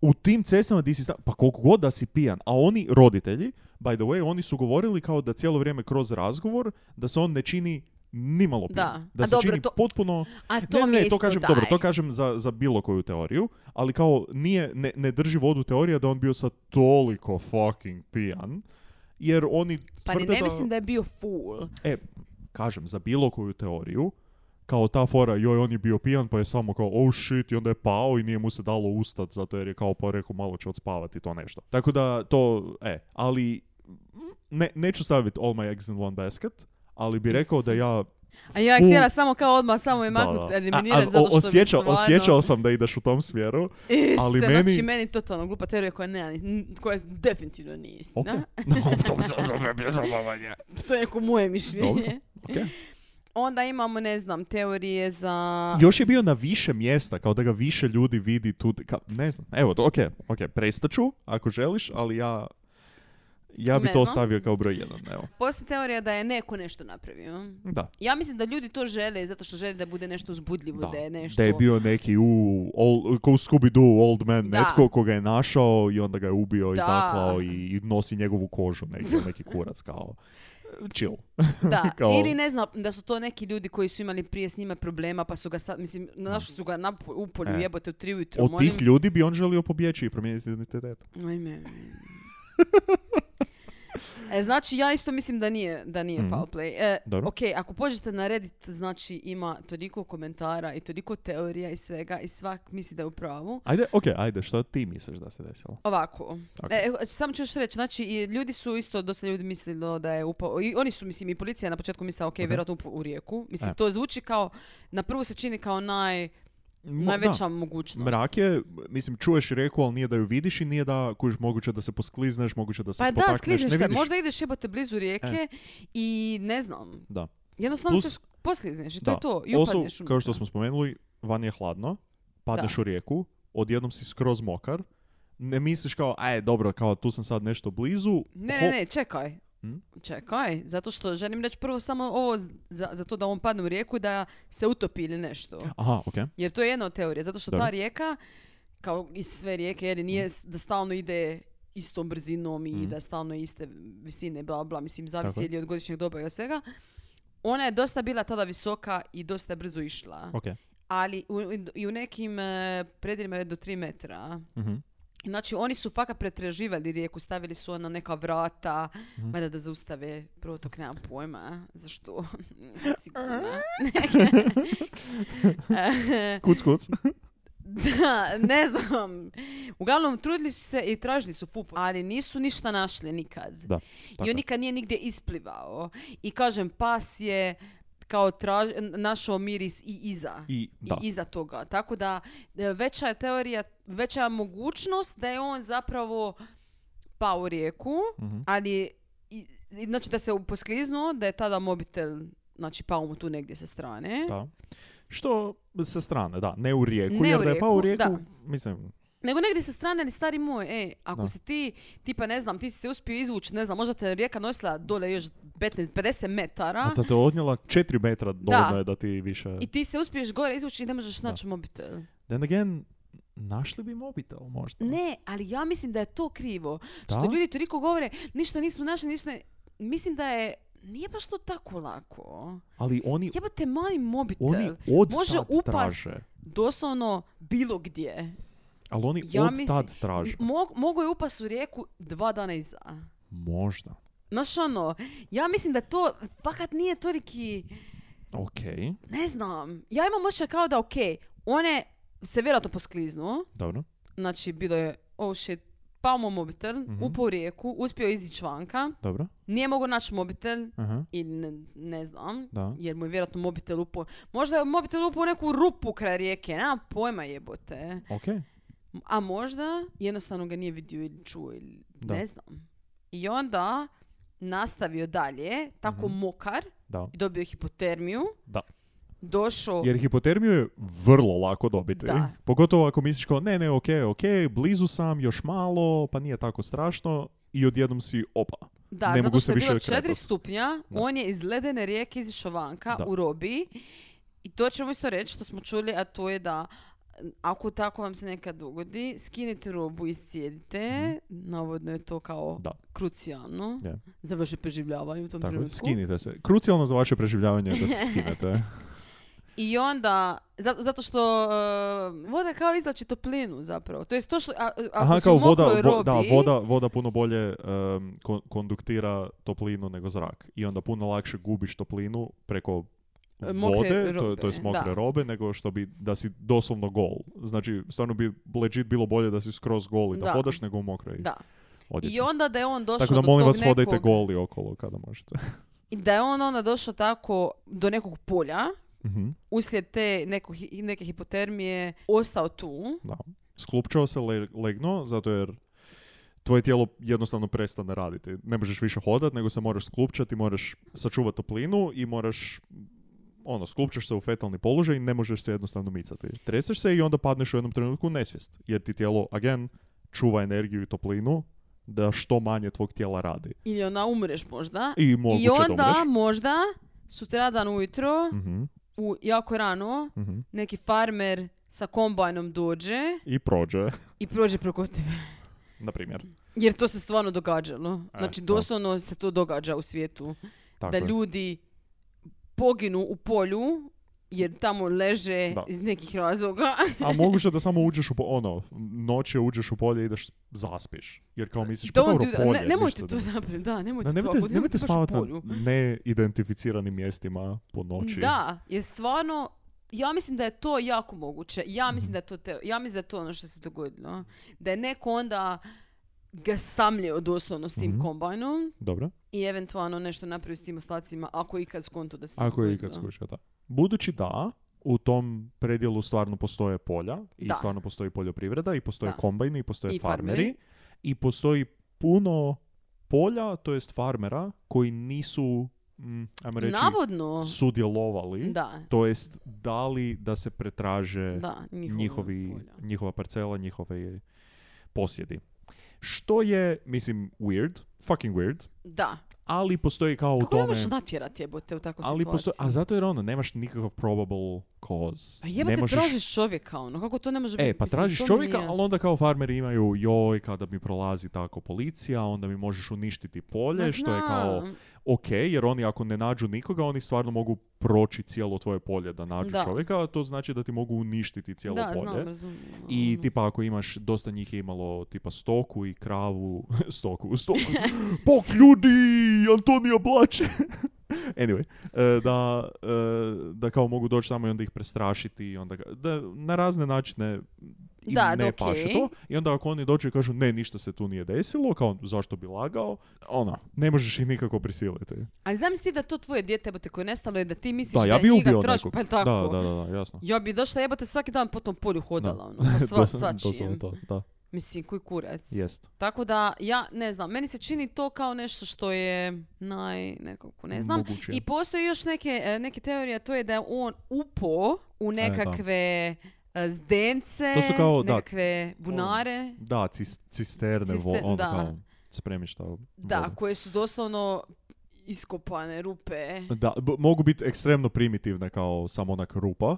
[SPEAKER 4] U tim cestama di si, sta- pa koliko god da si pijan, a oni roditelji, by the way, oni su govorili kao da cijelo vrijeme kroz razgovor da se on ne čini nimalo pijan.
[SPEAKER 5] Da. A
[SPEAKER 4] se
[SPEAKER 5] dobro,
[SPEAKER 4] čini
[SPEAKER 5] to-
[SPEAKER 4] potpuno...
[SPEAKER 5] A to
[SPEAKER 4] ne,
[SPEAKER 5] mi
[SPEAKER 4] ne, ne,
[SPEAKER 5] je
[SPEAKER 4] to
[SPEAKER 5] isto
[SPEAKER 4] kažem,
[SPEAKER 5] daj.
[SPEAKER 4] dobro, to kažem za, za bilo koju teoriju, ali kao nije, ne, ne drži vodu teorija da je on bio sad toliko fucking pijan, jer oni
[SPEAKER 5] Pa ni
[SPEAKER 4] tvrde
[SPEAKER 5] ne
[SPEAKER 4] da...
[SPEAKER 5] mislim da je bio fool.
[SPEAKER 4] E, kažem, za bilo koju teoriju, kao ta fora, joj, on je bio pijan, pa je samo kao, oh shit, i onda je pao i nije mu se dalo ustat, zato jer je kao, pa rekao, malo će odspavati to nešto. Tako da, to, e, ali, mm, ne, neću staviti all my eggs in one basket, ali bi rekao da ja...
[SPEAKER 5] A ja
[SPEAKER 4] full-
[SPEAKER 5] htjela samo kao odmah samo je
[SPEAKER 4] da,
[SPEAKER 5] maknut,
[SPEAKER 4] da.
[SPEAKER 5] eliminirat
[SPEAKER 4] A- a-
[SPEAKER 5] zato što
[SPEAKER 4] osjećao,
[SPEAKER 5] bi stvarno...
[SPEAKER 4] osjećao sam da ideš u tom smjeru. ali
[SPEAKER 5] Isuse,
[SPEAKER 4] meni-
[SPEAKER 5] Znači, meni totalno glupa teorija koja ne, n- koja definitivno nije
[SPEAKER 4] Ok.
[SPEAKER 5] istina.
[SPEAKER 4] No, dobro, dobro,
[SPEAKER 5] To je neko moje mišljenje.
[SPEAKER 4] dobro, ok.
[SPEAKER 5] Onda imamo, ne znam, teorije za...
[SPEAKER 4] Još je bio na više mjesta, kao da ga više ljudi vidi tu, kao, ne znam, evo, to, ok, ok, prestaću ako želiš, ali ja, ja bi
[SPEAKER 5] Ne
[SPEAKER 4] to
[SPEAKER 5] znam.
[SPEAKER 4] stavio kao broj jedan, evo,
[SPEAKER 5] Postoji teorija da je neko nešto napravio.
[SPEAKER 4] da.
[SPEAKER 5] Ja mislim da ljudi to žele zato što žele da bude nešto uzbudljivo, da,
[SPEAKER 4] Da,
[SPEAKER 5] je nešto...
[SPEAKER 4] da je bio neki u, ol, ko u Scooby-Doo, old man,
[SPEAKER 5] Da.
[SPEAKER 4] netko koga je našao i onda ga je ubio i
[SPEAKER 5] Da.
[SPEAKER 4] zaklao i, i nosi njegovu kožu, neki, neki kurac, kao, chill.
[SPEAKER 5] Da,
[SPEAKER 4] Kao-
[SPEAKER 5] ili ne znam, da su to neki ljudi koji su imali prije s njima problema pa su ga sad, mislim, našli su ga na po- u polju,
[SPEAKER 4] E.
[SPEAKER 5] jebote, u tri ujutro.
[SPEAKER 4] Od
[SPEAKER 5] molim.
[SPEAKER 4] tih ljudi bi on želio pobjeći i promijeniti identitet.
[SPEAKER 5] Ajme. E, znači, ja isto mislim da nije, da nije
[SPEAKER 4] Mhm.
[SPEAKER 5] foul play. E,
[SPEAKER 4] Dobro.
[SPEAKER 5] ok, ako pođete na Reddit, znači ima toliko komentara i toliko teorija i svega i svak misli da je u pravu.
[SPEAKER 4] Ajde, ok, ajde, što ti misliš da se desilo?
[SPEAKER 5] Ovako,
[SPEAKER 4] Ok.
[SPEAKER 5] E, e, samo ću još reći, znači i ljudi su isto, dosta ljudi mislilo da je upao, i oni su mislim i policija na početku mislila ok, vjerojatno upao u rijeku. Mislim,
[SPEAKER 4] E.
[SPEAKER 5] to zvuči kao, na prvu se čini kao naj,
[SPEAKER 4] Mo-
[SPEAKER 5] najveća
[SPEAKER 4] da.
[SPEAKER 5] mogućnost.
[SPEAKER 4] Mrak je, mislim, čuješ reku, ali nije da ju vidiš i nije da, kužiš, moguće da se posklizneš, moguće da se
[SPEAKER 5] Pa da,
[SPEAKER 4] spotakneš,
[SPEAKER 5] sklizneš
[SPEAKER 4] ne
[SPEAKER 5] se,
[SPEAKER 4] vidiš. E.
[SPEAKER 5] možda ideš jebate blizu rijeke i ne znam,
[SPEAKER 4] Da.
[SPEAKER 5] Jednostavno
[SPEAKER 4] Plus-
[SPEAKER 5] se poslizneš i to
[SPEAKER 4] da.
[SPEAKER 5] je to. I
[SPEAKER 4] Also,
[SPEAKER 5] upadneš unutra.
[SPEAKER 4] kao što smo spomenuli, van je hladno, padneš
[SPEAKER 5] Da.
[SPEAKER 4] u rijeku, odjednom si skroz mokar, ne misliš kao, aj, dobro, kao tu sam sad nešto blizu.
[SPEAKER 5] Ne,
[SPEAKER 4] hop,
[SPEAKER 5] ne, ne, čekaj.
[SPEAKER 4] Hm?
[SPEAKER 5] Čekaj, zato što želim reći prvo samo ovo za, za to da on padne u rijeku da se utopi ili nešto.
[SPEAKER 4] Aha, ok.
[SPEAKER 5] Jer to je jedna od teorija, zato što
[SPEAKER 4] Dobro. Hm.
[SPEAKER 5] ta rijeka, kao i sve rijeke, jer nije s- da stalno ide istom brzinom i
[SPEAKER 4] Mhm.
[SPEAKER 5] da stalno je iste visine, bla, bla, mislim,
[SPEAKER 4] Tako
[SPEAKER 5] zavisi
[SPEAKER 4] je.
[SPEAKER 5] ili od godišnjeg doba i od svega. Ona je dosta bila tada visoka i dosta je brzo išla.
[SPEAKER 4] Ok.
[SPEAKER 5] Ali u, i u nekim e, predjelima je do 3 metra.
[SPEAKER 4] Mhm.
[SPEAKER 5] Znači, oni su fakat pretraživali rijeku, stavili su ona neka vrata,
[SPEAKER 4] Mhm.
[SPEAKER 5] valjda da zaustave protok, nemam pojma zašto, nisam sigurna. E.
[SPEAKER 4] Kuc, kuc.
[SPEAKER 5] da, ne znam. Uglavnom, trudili su se i tražili su fupu, ali nisu ništa našli nikad.
[SPEAKER 4] Da, tako
[SPEAKER 5] I
[SPEAKER 4] je.
[SPEAKER 5] on nikad nije nigdje isplivao. I kažem, pas je kao traž, našao miris i iza.
[SPEAKER 4] I,
[SPEAKER 5] i
[SPEAKER 4] da.
[SPEAKER 5] iza toga. Tako da e, veća je teorija, veća je mogućnost da je on zapravo pao u rijeku,
[SPEAKER 4] Mhm.
[SPEAKER 5] ali i, i- znači da se poskliznuo, da je tada mobitel znači pao mu tu negdje sa strane.
[SPEAKER 4] da. Što sa strane, da, ne u rijeku,
[SPEAKER 5] Ne
[SPEAKER 4] jer
[SPEAKER 5] u
[SPEAKER 4] da je pa u rijeku,
[SPEAKER 5] rijeku,
[SPEAKER 4] mislim,
[SPEAKER 5] Nego negdje sa strane, ali stari moj, ej, ako
[SPEAKER 4] Da.
[SPEAKER 5] si ti, tipa ne znam, ti si se uspio izvući, ne znam, možda te je rijeka nosila dole još 15-50 metara
[SPEAKER 4] da te odnijela 4 metra dovoljno je da ti više...
[SPEAKER 5] i ti se uspiješ gore izvući i ne možeš naći mobitel.
[SPEAKER 4] Then again, našli bi mobitel možda.
[SPEAKER 5] Ne, ali ja mislim da je to krivo. Što
[SPEAKER 4] Da?
[SPEAKER 5] ljudi toliko govore, ništa nismo našli, ništa... ne-" Mislim da je... Nije baš to tako lako.
[SPEAKER 4] Ali oni,
[SPEAKER 5] Jebate mali mobitel.
[SPEAKER 4] oni od
[SPEAKER 5] Može
[SPEAKER 4] tad
[SPEAKER 5] upast-
[SPEAKER 4] traže.
[SPEAKER 5] Doslovno bilo gdje.
[SPEAKER 4] Ali oni
[SPEAKER 5] Ja
[SPEAKER 4] od
[SPEAKER 5] mislim-
[SPEAKER 4] tad traže.
[SPEAKER 5] Mog, mogu je upast u rijeku dva dana iza.
[SPEAKER 4] Možda.
[SPEAKER 5] Znaš ono, ja mislim da to fakat nije toliki...
[SPEAKER 4] Ok,
[SPEAKER 5] Ne znam, ja imam osjećaj kao da ok, one se vjerojatno poskliznuo,
[SPEAKER 4] dobro.
[SPEAKER 5] znači bilo je, oh shit, pao mu mobitel,
[SPEAKER 4] Mhm.
[SPEAKER 5] upao u rijeku, uspio je izići vanka,
[SPEAKER 4] Dobro.
[SPEAKER 5] nije mogao naći mobitel
[SPEAKER 4] Aha,
[SPEAKER 5] i ne, ne znam,
[SPEAKER 4] da.
[SPEAKER 5] jer mu je vjerojatno mobitel upao, možda je mobitel upao u neku rupu kraj rijeke, nema pojma jebote.
[SPEAKER 4] Ok,
[SPEAKER 5] A možda jednostavno ga nije vidio ili čuo ili
[SPEAKER 4] Da.
[SPEAKER 5] ne znam. I onda nastavio dalje, tako mokar,
[SPEAKER 4] da.
[SPEAKER 5] i dobio je hipotermiju,
[SPEAKER 4] Mhm. Da.
[SPEAKER 5] došao...
[SPEAKER 4] Jer hipotermiju je vrlo lako dobiti.
[SPEAKER 5] Da.
[SPEAKER 4] Pogotovo ako misliš kao, ne, ne, ok, ok, blizu sam, još malo, pa nije tako strašno. I odjednom si, opa.
[SPEAKER 5] Da,
[SPEAKER 4] ne
[SPEAKER 5] zato
[SPEAKER 4] mogu
[SPEAKER 5] što
[SPEAKER 4] se
[SPEAKER 5] je
[SPEAKER 4] više
[SPEAKER 5] bilo
[SPEAKER 4] kretat.
[SPEAKER 5] 4 stupnja,
[SPEAKER 4] Da.
[SPEAKER 5] on je iz ledene rijeke izišao vanka
[SPEAKER 4] Da.
[SPEAKER 5] u robiji i to ćemo isto reći što smo čuli, a to je da m, ako tako vam se nekad dogodi, skinite robu, iscijedite,
[SPEAKER 4] Mhm.
[SPEAKER 5] navodno je to kao
[SPEAKER 4] Da.
[SPEAKER 5] krucijalno
[SPEAKER 4] Je.
[SPEAKER 5] za vaše preživljavanje u tom
[SPEAKER 4] Tako, je,
[SPEAKER 5] trenutku.
[SPEAKER 4] skinite se. Krucijalno za vaše preživljavanje je da se skinete.
[SPEAKER 5] I onda, zato, zato što e, voda kao izlači toplinu zapravo. To jest to što, a, ako
[SPEAKER 4] Aha,
[SPEAKER 5] si
[SPEAKER 4] kao
[SPEAKER 5] u
[SPEAKER 4] voda,
[SPEAKER 5] mokroj
[SPEAKER 4] vo- da,
[SPEAKER 5] robi,
[SPEAKER 4] voda, voda puno bolje em, kon- konduktira toplinu nego zrak. I onda puno lakše gubiš toplinu preko
[SPEAKER 5] E, mokre
[SPEAKER 4] vode, to, to
[SPEAKER 5] robe,
[SPEAKER 4] jest mokre
[SPEAKER 5] da.
[SPEAKER 4] robe, nego što bi, da si doslovno gol. Znači, stvarno bi legit bilo bolje da si skroz gol i da,
[SPEAKER 5] Da.
[SPEAKER 4] hodaš nego u mokroj
[SPEAKER 5] Da.
[SPEAKER 4] odjeći.
[SPEAKER 5] I onda da je on došao
[SPEAKER 4] Tako da
[SPEAKER 5] do
[SPEAKER 4] molim
[SPEAKER 5] tog
[SPEAKER 4] vas hodajte
[SPEAKER 5] nekog-
[SPEAKER 4] goli okolo kada možete.
[SPEAKER 5] I da je on onda došao tako do nekog polja,
[SPEAKER 4] Mhm,
[SPEAKER 5] uslijed te neko, hi- neke hipotermije, ostao tu.
[SPEAKER 4] da. Sklupčao se, le- legno, zato jer tvoje tijelo jednostavno prestane raditi. Ne možeš više hodat, nego se moraš sklupčati, moraš sačuvati toplinu i moraš ono, sklupčaš se u fetalni položaj i ne možeš se jednostavno micati. Treseš se i onda padneš u jednom trenutku u nesvijest, jer ti tijelo, again, čuva energiju i toplinu da što manje tvog tijela radi.
[SPEAKER 5] Ili ona umreš možda.
[SPEAKER 4] I moguće
[SPEAKER 5] I onda
[SPEAKER 4] da umreš.
[SPEAKER 5] možda sutradan ujutro,
[SPEAKER 4] Mhm,
[SPEAKER 5] u jako rano,
[SPEAKER 4] mhm.
[SPEAKER 5] neki farmer sa kombajnom dođe
[SPEAKER 4] I prođe,
[SPEAKER 5] i prođe preko tebe.
[SPEAKER 4] na primjer.
[SPEAKER 5] Jer to se stvarno događalo.
[SPEAKER 4] E,
[SPEAKER 5] Znači,
[SPEAKER 4] da.
[SPEAKER 5] doslovno se to događa u svijetu.
[SPEAKER 4] Tako
[SPEAKER 5] da
[SPEAKER 4] je.
[SPEAKER 5] ljudi poginu u polju jer tamo leže
[SPEAKER 4] Da. Znači,
[SPEAKER 5] iz nekih razloga.
[SPEAKER 4] A moguće da samo uđeš u po, ono, noće uđeš u polje i ideš zaspiš. Jer kao misliš, pa
[SPEAKER 5] Don't
[SPEAKER 4] dobro,
[SPEAKER 5] do that.
[SPEAKER 4] polje.
[SPEAKER 5] ne, nemojte
[SPEAKER 4] ništa
[SPEAKER 5] to
[SPEAKER 4] da-
[SPEAKER 5] napraviti, da, nemojte
[SPEAKER 4] Da,
[SPEAKER 5] to.
[SPEAKER 4] nemojte,
[SPEAKER 5] ako
[SPEAKER 4] nemojte
[SPEAKER 5] baš u
[SPEAKER 4] spavati na
[SPEAKER 5] polju.
[SPEAKER 4] neidentificiranim mjestima po noći.
[SPEAKER 5] Da, je stvarno, ja mislim da je to jako moguće. Ja
[SPEAKER 4] Mhm.
[SPEAKER 5] mislim da je to, te, ja mislim da je to ono što se dogodilo. Da je neko onda ga samljeo doslovno s tim
[SPEAKER 4] Mhm.
[SPEAKER 5] kombajnom
[SPEAKER 4] Dobro,
[SPEAKER 5] i eventualno nešto napravio s tim ostacima, ako je ikad skonto da se to
[SPEAKER 4] ako je ikad
[SPEAKER 5] dogodilo.
[SPEAKER 4] skušao, da. Budući da, u tom predjelu stvarno postoje polja i
[SPEAKER 5] Da.
[SPEAKER 4] stvarno postoji poljoprivreda i postoje
[SPEAKER 5] Da.
[SPEAKER 4] kombajni i postoje
[SPEAKER 5] I
[SPEAKER 4] farmeri,
[SPEAKER 5] farmeri.
[SPEAKER 4] i postoji puno polja, to jest farmera, koji nisu, mm, ajmo reći,
[SPEAKER 5] Navodno,
[SPEAKER 4] sudjelovali,
[SPEAKER 5] da,
[SPEAKER 4] to jest dali da se pretraže
[SPEAKER 5] da, njihovo
[SPEAKER 4] E, njihovi,
[SPEAKER 5] polja.
[SPEAKER 4] njihova parcela, njihove posjedi. Što je, mislim, weird, fucking weird,
[SPEAKER 5] Da.
[SPEAKER 4] ali postoji kao
[SPEAKER 5] Kako
[SPEAKER 4] u
[SPEAKER 5] ne
[SPEAKER 4] tome...
[SPEAKER 5] možeš natjerati jebote u takvoj
[SPEAKER 4] ali
[SPEAKER 5] situaciji?
[SPEAKER 4] postoji, a zato jer ono, nemaš nikakav probable cause.
[SPEAKER 5] Pa
[SPEAKER 4] ne
[SPEAKER 5] jebate,
[SPEAKER 4] možeš,
[SPEAKER 5] tražiš čovjeka, ono, kako to ne može biti?
[SPEAKER 4] E, pa
[SPEAKER 5] Mislim, to
[SPEAKER 4] tražiš
[SPEAKER 5] mi
[SPEAKER 4] čovjeka,
[SPEAKER 5] nije
[SPEAKER 4] ali onda kao farmeri imaju, joj, kada mi prolazi tako policija, onda mi možeš uništiti polje,
[SPEAKER 5] jasno. Ma
[SPEAKER 4] što je kao
[SPEAKER 5] znam.
[SPEAKER 4] ok, jer oni ako ne nađu nikoga, oni stvarno mogu proći cijelo tvoje polje da nađu
[SPEAKER 5] Da.
[SPEAKER 4] čovjeka, a to znači da ti mogu uništiti cijelo
[SPEAKER 5] da,
[SPEAKER 4] polje.
[SPEAKER 5] znam, razumijem,
[SPEAKER 4] I
[SPEAKER 5] ono.
[SPEAKER 4] tipa ako imaš, dosta njih je imalo tipa stoku i kravu, stoku, stoku, bok ljudi, Antonija Blače. anyway, e, da, e, da kao mogu doći samo i onda ih prestrašiti i onda ga- da na razne načine im
[SPEAKER 5] Da,
[SPEAKER 4] ne
[SPEAKER 5] da, okej.
[SPEAKER 4] paše to. I onda ako oni dođu i kažu ne, ništa se tu nije desilo, kao zašto bi lagao, ono, ne možeš ih nikako prisiliti.
[SPEAKER 5] Ali zamisli da to tvoje dijete jebote koje je nestalo i da ti misliš
[SPEAKER 4] Da, ja
[SPEAKER 5] da
[SPEAKER 4] bi
[SPEAKER 5] njega
[SPEAKER 4] ubio
[SPEAKER 5] tražiš,
[SPEAKER 4] nekog.
[SPEAKER 5] pa je tako.
[SPEAKER 4] Da, da, da, da, jasno.
[SPEAKER 5] Ja bi došla jebate svaki dan po tom polju hodala, ono,
[SPEAKER 4] Da.
[SPEAKER 5] po sva,
[SPEAKER 4] Doslovno- doslovno
[SPEAKER 5] svačijem.
[SPEAKER 4] to, da,
[SPEAKER 5] Mislim, koji kurac.
[SPEAKER 4] jest.
[SPEAKER 5] Tako da, ja ne znam, meni se čini to kao nešto što je naj, nekako, ne znam.
[SPEAKER 4] Moguće.
[SPEAKER 5] I postoji još neke, e, neke teorije, a to je da je on upo u nekakve e, zdence,
[SPEAKER 4] To su kao, da,
[SPEAKER 5] nekakve bunare.
[SPEAKER 4] Da, cis- cisterne, vo,
[SPEAKER 5] Ciste-
[SPEAKER 4] ono
[SPEAKER 5] da.
[SPEAKER 4] kao spremišta.
[SPEAKER 5] Da,
[SPEAKER 4] vode.
[SPEAKER 5] koje su doslovno iskopane rupe.
[SPEAKER 4] Da, b- mogu biti ekstremno primitivne kao samo onak rupa,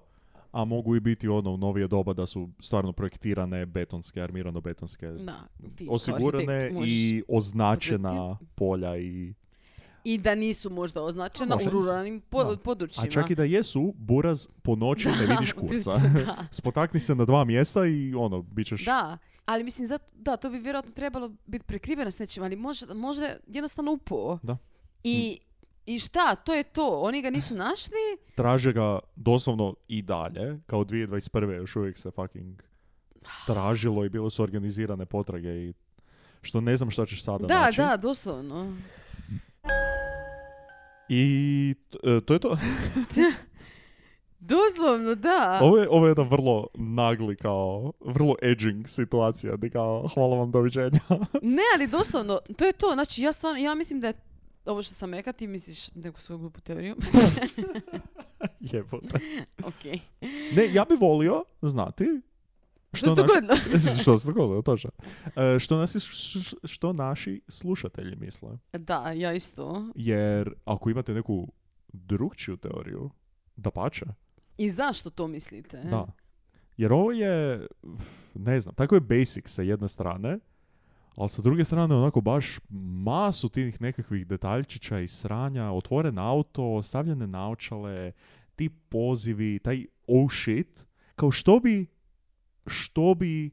[SPEAKER 4] a mogu i biti ono u novije doba da su stvarno projektirane betonske, armirano betonske,
[SPEAKER 5] Da, ti kao
[SPEAKER 4] osigurane
[SPEAKER 5] arhitekt možeš-
[SPEAKER 4] i označena polja i...
[SPEAKER 5] I da nisu možda označena
[SPEAKER 4] Možda
[SPEAKER 5] u
[SPEAKER 4] nisu.
[SPEAKER 5] ruralnim po-
[SPEAKER 4] Da.
[SPEAKER 5] područjima.
[SPEAKER 4] A čak i da jesu, buraz po noći ne vidiš
[SPEAKER 5] u
[SPEAKER 4] kurca.
[SPEAKER 5] Turciji, da.
[SPEAKER 4] Spotakni se na dva mjesta i ono, bit ćeš...
[SPEAKER 5] Da, ali mislim, zato, da, to bi vjerojatno trebalo biti prekriveno s nečim, ali možda, možda je jednostavno upo.
[SPEAKER 4] Da.
[SPEAKER 5] I I šta, to je to. Oni ga nisu našli.
[SPEAKER 4] Traže ga doslovno i dalje, kao 2021. još uvijek se fucking tražilo i bile su organizirane potrage i što ne znam šta ćeš sada
[SPEAKER 5] Da,
[SPEAKER 4] naći.
[SPEAKER 5] da, doslovno.
[SPEAKER 4] I t- e, to je to.
[SPEAKER 5] Doslovno, da.
[SPEAKER 4] Ovo je, ovo je jedan vrlo nagli kao, vrlo edging situacija gdje kao hvala vam doviđenja.
[SPEAKER 5] Ne, ali doslovno, to je to. Znači, ja stvarno, ja mislim da je ovo što sam rekla, ti misliš neku svoju glupu teoriju.
[SPEAKER 4] Jebote.
[SPEAKER 5] ok.
[SPEAKER 4] Ne, ja bi volio znati
[SPEAKER 5] Što se
[SPEAKER 4] naši-
[SPEAKER 5] dogodilo?
[SPEAKER 4] što se dogodilo, točno. E, što, nas, š- što naši slušatelji misle.
[SPEAKER 5] Da, ja isto.
[SPEAKER 4] Jer ako imate neku drugčiju teoriju, da pače,
[SPEAKER 5] I zašto to mislite?
[SPEAKER 4] da. Jer ovo je, ne znam, tako je basic sa jedne strane, ali sa druge strane onako baš masu tih nekakvih detaljčića i sranja, otvoren auto, stavljene naočale, ti pozivi, taj oh shit, kao što bi, što bi,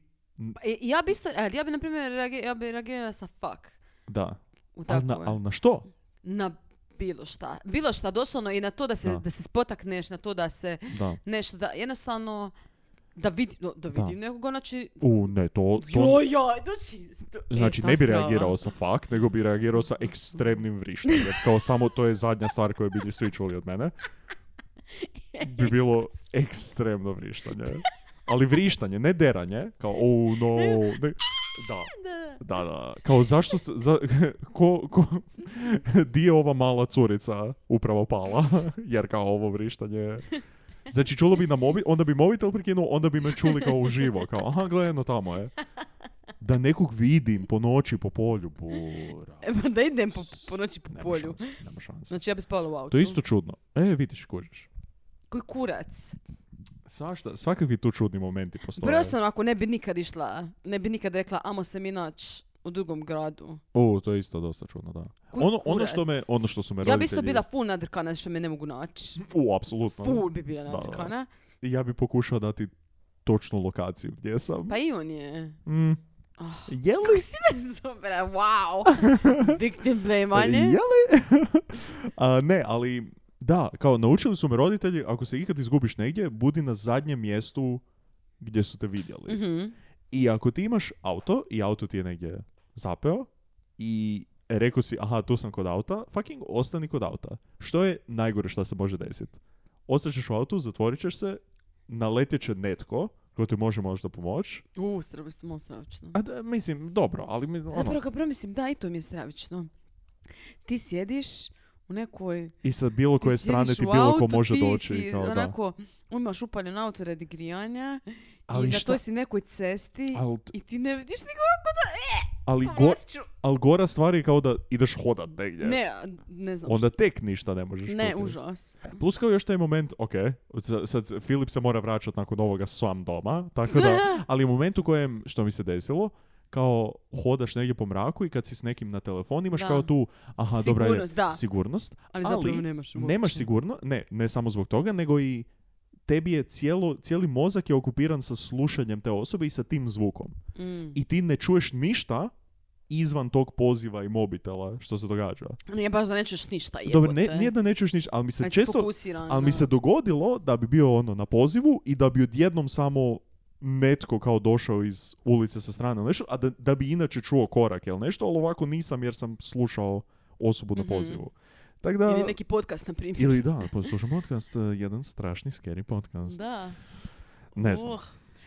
[SPEAKER 5] Pa, i- ja bi isto, ali ja bi, na primjer, reage- ja bi reagirala sa fuck.
[SPEAKER 4] da,
[SPEAKER 5] U
[SPEAKER 4] ali
[SPEAKER 5] takvome.
[SPEAKER 4] na, ali na što?
[SPEAKER 5] na bilo šta. Bilo šta, doslovno i na to da se,
[SPEAKER 4] Da.
[SPEAKER 5] da. se spotakneš, na to da se
[SPEAKER 4] Da.
[SPEAKER 5] nešto, da jednostavno da vidim, no, da
[SPEAKER 4] Da.
[SPEAKER 5] vidim nekoga, znači...
[SPEAKER 4] U, ne, to, to,
[SPEAKER 5] Joj, joj, znači... to- e,
[SPEAKER 4] Znači,
[SPEAKER 5] ta
[SPEAKER 4] ne bi
[SPEAKER 5] strava.
[SPEAKER 4] reagirao sa fuck, nego bi reagirao sa ekstremnim vrištem. Jer kao samo to je zadnja stvar koju bi svi čuli od mene. Bi bilo ekstremno vrištanje. Ali vrištanje, ne deranje. Kao, oh no. ne- da. Da, da. Kao, zašto... se- Za, ko, ko, di je ova mala curica upravo pala? Jer kao ovo vrištanje... Znači, čulo bi na mobi, onda bi mobitel prekinuo, onda bi me čuli kao uživo. Kao, aha, gle, no tamo je. Da nekog vidim po noći po polju, bura.
[SPEAKER 5] E, pa da idem po, po noći po
[SPEAKER 4] Nema
[SPEAKER 5] polju.
[SPEAKER 4] šanse, nema šanse.
[SPEAKER 5] Znači, ja bi spala u autu.
[SPEAKER 4] To je isto čudno. E, vidiš, kužiš.
[SPEAKER 5] Koji kurac.
[SPEAKER 4] Svašta, svakakvi tu čudni momenti postoje.
[SPEAKER 5] Prosto, ako ne bi nikad išla, ne bi nikad rekla, amo se mi nać u drugom gradu.
[SPEAKER 4] U, to je isto dosta čudno, da. Ono,
[SPEAKER 5] Koji
[SPEAKER 4] ono
[SPEAKER 5] kurac.
[SPEAKER 4] što me, ono što su me
[SPEAKER 5] Ja bi isto
[SPEAKER 4] roditelji-
[SPEAKER 5] bila full nadrkana što me ne mogu naći.
[SPEAKER 4] U, apsolutno.
[SPEAKER 5] Full bi bila
[SPEAKER 4] Da, da, da.
[SPEAKER 5] nadrkana.
[SPEAKER 4] I ja bi pokušao dati točnu lokaciju gdje sam.
[SPEAKER 5] Pa i on je.
[SPEAKER 4] Mm.
[SPEAKER 5] Ah.
[SPEAKER 4] Je
[SPEAKER 5] Kako
[SPEAKER 4] li?
[SPEAKER 5] si me zubra, wow. Victim blameanje.
[SPEAKER 4] Je li? A, ne, ali da, kao naučili su me roditelji, ako se ikad izgubiš negdje, budi na zadnjem mjestu gdje su te vidjeli.
[SPEAKER 5] Mhm.
[SPEAKER 4] I ako ti imaš auto i auto ti je negdje zapeo i rekao si aha tu sam kod auta, fucking ostani kod auta. Što je najgore što se može desiti? Ostaćeš u autu, zatvorit ćeš se, naletjet će netko ko ti može možda pomoći.
[SPEAKER 5] U, stravično, malo stravično.
[SPEAKER 4] A da, mislim, dobro, ali mi, ono,
[SPEAKER 5] Zapravo kad promislim, da, i to mi je stravično. Ti sjediš u nekoj...
[SPEAKER 4] i sa bilo koje
[SPEAKER 5] ti
[SPEAKER 4] strane
[SPEAKER 5] sjediš
[SPEAKER 4] ti
[SPEAKER 5] u
[SPEAKER 4] bilo ko
[SPEAKER 5] autu,
[SPEAKER 4] može
[SPEAKER 5] ti
[SPEAKER 4] doći.
[SPEAKER 5] si
[SPEAKER 4] kao, da.
[SPEAKER 5] onako, imaš upaljen auto radi grijanja
[SPEAKER 4] Ali
[SPEAKER 5] i na
[SPEAKER 4] šta-
[SPEAKER 5] toj si nekoj cesti
[SPEAKER 4] Al-
[SPEAKER 5] i ti ne vidiš nikoga ko da... E,
[SPEAKER 4] ali, go,
[SPEAKER 5] povratit ću.
[SPEAKER 4] ali gora stvar je kao da ideš hodat negdje.
[SPEAKER 5] Ne, a, ne znam
[SPEAKER 4] Onda tek ništa ne možeš
[SPEAKER 5] šta. Ne,
[SPEAKER 4] čuti.
[SPEAKER 5] užas.
[SPEAKER 4] Plus kao još taj moment, ok, sa- sad Filip se mora vraćati nakon ovoga sam doma, tako da, ali u momentu u kojem, što mi se desilo, kao hodaš negdje po mraku i kad si s nekim na telefon imaš
[SPEAKER 5] Da.
[SPEAKER 4] kao tu, aha, dobra je,
[SPEAKER 5] Sigurnost, da.
[SPEAKER 4] sigurnost,
[SPEAKER 5] Ali
[SPEAKER 4] ali
[SPEAKER 5] zapravo nemaš uopće.
[SPEAKER 4] nemaš sigurno, ne, ne samo zbog toga, nego i tebi je cijelo, cijeli mozak je okupiran sa slušanjem te osobe i sa tim zvukom.
[SPEAKER 5] Mm.
[SPEAKER 4] I ti ne čuješ ništa izvan tog poziva i mobitela što se događa.
[SPEAKER 5] Nije baš da nećeš ništa jebote.
[SPEAKER 4] Dobro, ne, nije da ne čuješ ništa, ali mi se
[SPEAKER 5] Znači,
[SPEAKER 4] često...
[SPEAKER 5] fokusiran,
[SPEAKER 4] Ali mi se dogodilo da bi bio ono na pozivu i da bi odjednom samo netko kao došao iz ulice sa strane ili nešto, a da, da bi inače čuo korak ili nešto, ali ovako nisam jer sam slušao osobu na
[SPEAKER 5] Mhm.
[SPEAKER 4] pozivu. Tako da...
[SPEAKER 5] Ili neki podcast, na primjer.
[SPEAKER 4] Ili da, poslušam podcast, eh, jedan strašni scary podcast.
[SPEAKER 5] Da.
[SPEAKER 4] Ne znam.
[SPEAKER 5] Oh,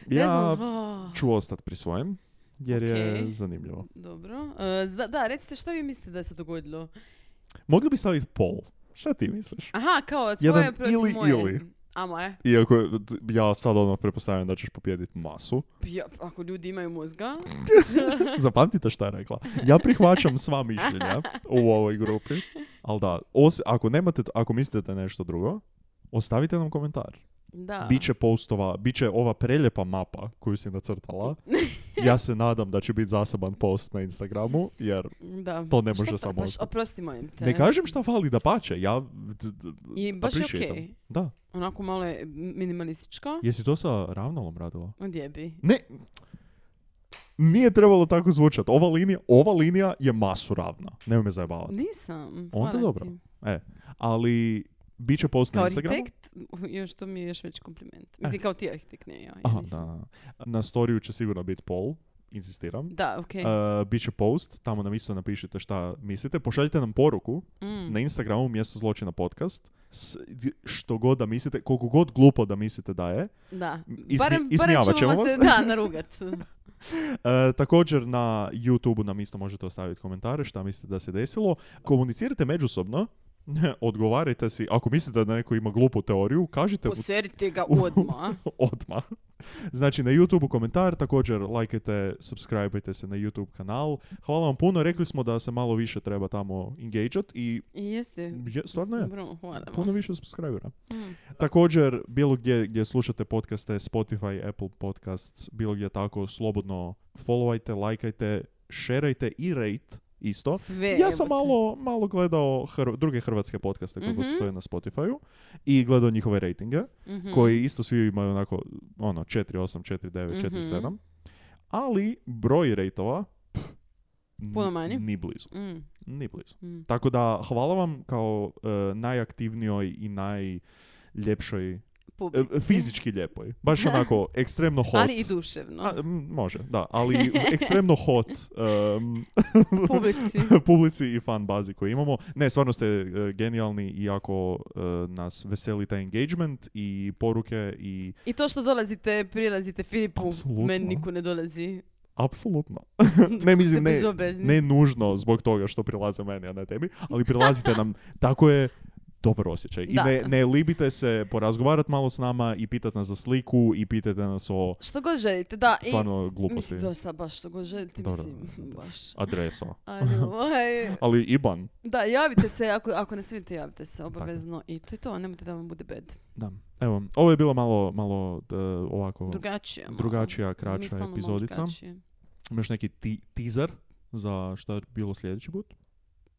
[SPEAKER 5] ne
[SPEAKER 4] ja
[SPEAKER 5] znam. oh.
[SPEAKER 4] ću ostati pri svojem, jer je
[SPEAKER 5] Ok.
[SPEAKER 4] zanimljivo.
[SPEAKER 5] Dobro. E, zda- da, recite što vi mislite da se dogodilo?
[SPEAKER 4] Mogli bi staviti pol. Šta ti misliš?
[SPEAKER 5] Aha, kao tvoje
[SPEAKER 4] Jedan
[SPEAKER 5] protiv
[SPEAKER 4] ili,
[SPEAKER 5] moje.
[SPEAKER 4] ili.
[SPEAKER 5] Amo e. je.
[SPEAKER 4] Iako je- ja sad odmah prepostavljam da ćeš pobijediti masu.
[SPEAKER 5] Ja, ako ljudi imaju mozga.
[SPEAKER 4] Zapamtite šta je rekla. Ja prihvaćam sva mišljenja u ovoj grupi. Ali da, os- ako, nemate, ako mislite da je nešto drugo, ostavite nam komentar.
[SPEAKER 5] Da.
[SPEAKER 4] Biće postova, biće ova preljepa mapa koju si nacrtala. Ja se nadam da će biti zaseban post na Instagramu, jer
[SPEAKER 5] Da.
[SPEAKER 4] to ne
[SPEAKER 5] Šta
[SPEAKER 4] može
[SPEAKER 5] fa-
[SPEAKER 4] samo
[SPEAKER 5] baš,
[SPEAKER 4] ostati.
[SPEAKER 5] Oprosti mojim te.
[SPEAKER 4] ne Pa kažem šta fali da pače. Ja d- d-
[SPEAKER 5] I baš je okej.
[SPEAKER 4] appreciateam. Da,
[SPEAKER 5] Onako malo je minimalistička.
[SPEAKER 4] jesi to sa ravnalom radila?
[SPEAKER 5] Odjebi.
[SPEAKER 4] Ne, nije trebalo tako zvučati. Ova linija, ova linija je masu ravna. Nemoj me zajebavati.
[SPEAKER 5] Nisam.
[SPEAKER 4] Onda
[SPEAKER 5] hvala
[SPEAKER 4] dobro.
[SPEAKER 5] ti.
[SPEAKER 4] E, ali bit će post na
[SPEAKER 5] Kao
[SPEAKER 4] Instagramu. Eh.
[SPEAKER 5] arhitekt, još to mi je još veći kompliment. Mislim, kao ti arhitekt, ne ja. ja
[SPEAKER 4] Aha,
[SPEAKER 5] nisam.
[SPEAKER 4] da. Na storiju će sigurno biti poll, insistiram.
[SPEAKER 5] Da, okej.
[SPEAKER 4] E, bit će post, tamo nam isto napišite šta mislite. Pošaljite nam poruku
[SPEAKER 5] Mm.
[SPEAKER 4] na Instagramu mjesto zločina podcast. S, d- što god da mislite, koliko god glupo da mislite da je.
[SPEAKER 5] Da.
[SPEAKER 4] Ismi-
[SPEAKER 5] barem, barem
[SPEAKER 4] ismijavat ćemo
[SPEAKER 5] ćemo se
[SPEAKER 4] vas.
[SPEAKER 5] da, narugat.
[SPEAKER 4] E, također na YouTube nam isto možete ostaviti komentare šta mislite da se desilo. Komunicirajte međusobno, odgovarajte si. Ako mislite da neko ima glupu teoriju, kažite mu
[SPEAKER 5] Poserite ga odmah.
[SPEAKER 4] odmah. Znači, na YouTube komentar, također lajkajte, subscribeajte se na YouTube kanal. Hvala vam puno, rekli smo da se malo više treba tamo engageat i
[SPEAKER 5] I Jeste.
[SPEAKER 4] je, stvarno je.
[SPEAKER 5] Bro, hvala vam.
[SPEAKER 4] Puno više subscribera.
[SPEAKER 5] Mm.
[SPEAKER 4] Također, bilo gdje gdje slušate podcaste, Spotify, Apple Podcasts, bilo gdje tako, slobodno followajte, lajkajte, šerajte i rate isto.
[SPEAKER 5] Sve.
[SPEAKER 4] Ja sam
[SPEAKER 5] jebote.
[SPEAKER 4] malo, malo gledao hr- druge hrvatske podcaste koji
[SPEAKER 5] Mhm.
[SPEAKER 4] postoje na Spotifyu i gledao njihove ratinge
[SPEAKER 5] Mhm.
[SPEAKER 4] koji isto svi imaju onako ono 4 8 4 9 4 7.
[SPEAKER 5] Mhm.
[SPEAKER 4] Ali broj rejtova pff, n-
[SPEAKER 5] Puno manji.
[SPEAKER 4] Ni blizu,
[SPEAKER 5] Mm,
[SPEAKER 4] ni blizu.
[SPEAKER 5] mm.
[SPEAKER 4] Tako da hvala vam kao e, najaktivnijoj i najljepšoj e,
[SPEAKER 5] Publici.
[SPEAKER 4] fizički ljepoj. Baš onako ekstremno hot.
[SPEAKER 5] Ali i duševno.
[SPEAKER 4] A, m, može, da, ali ekstremno hot em,
[SPEAKER 5] Publici.
[SPEAKER 4] publici i fan bazi koju imamo. Ne, stvarno ste e, genijalni i jako e, nas veseli taj engagement i poruke i
[SPEAKER 5] I to što dolazite, prilazite Filipu,
[SPEAKER 4] Apsolutno.
[SPEAKER 5] meni niko ne dolazi.
[SPEAKER 4] apsolutno. ne, mislim,
[SPEAKER 5] Ste
[SPEAKER 4] ne,
[SPEAKER 5] bezobezni.
[SPEAKER 4] ne nužno zbog toga što prilaze meni, a ne tebi, ali prilazite nam, tako je dobar osjećaj. I
[SPEAKER 5] Da.
[SPEAKER 4] ne, ne libite se porazgovarat malo s nama i pitat nas za sliku i pitajte nas o
[SPEAKER 5] Što god želite, da. Pa i-
[SPEAKER 4] stvarno gluposti.
[SPEAKER 5] Mislim, dosta baš što god želite,
[SPEAKER 4] Dobro.
[SPEAKER 5] mislim, baš.
[SPEAKER 4] Adresa.
[SPEAKER 5] Ali, ovaj,
[SPEAKER 4] Ali Iban.
[SPEAKER 5] da, javite se, ako, ako nas vidite, javite se, obavezno. I to je to, nemojte da vam bude bed.
[SPEAKER 4] Da. Evo, ovo je bila malo, malo e, ovako
[SPEAKER 5] Drugačije. malo.
[SPEAKER 4] drugačija,
[SPEAKER 5] Mi
[SPEAKER 4] kraća
[SPEAKER 5] stalno malo
[SPEAKER 4] epizodica.
[SPEAKER 5] drugačije.
[SPEAKER 4] Imaš neki ti- teaser za šta je bilo sljedeći put?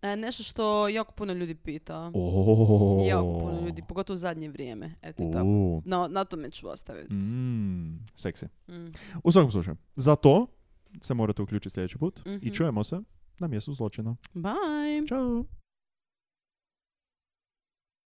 [SPEAKER 5] E, nešto što jako puno ljudi pita.
[SPEAKER 4] Oh.
[SPEAKER 5] Jako puno ljudi, pogotovo u zadnje vrijeme. Eto tako.
[SPEAKER 4] Uh.
[SPEAKER 5] Na, na tome ću ostaviti.
[SPEAKER 4] Mm, seksi.
[SPEAKER 5] Mm.
[SPEAKER 4] U svakom slučaju, za to se morate uključiti sljedeći put i
[SPEAKER 5] Mhm.
[SPEAKER 4] čujemo se na mjestu zločina.
[SPEAKER 5] Bye!
[SPEAKER 4] Ćao!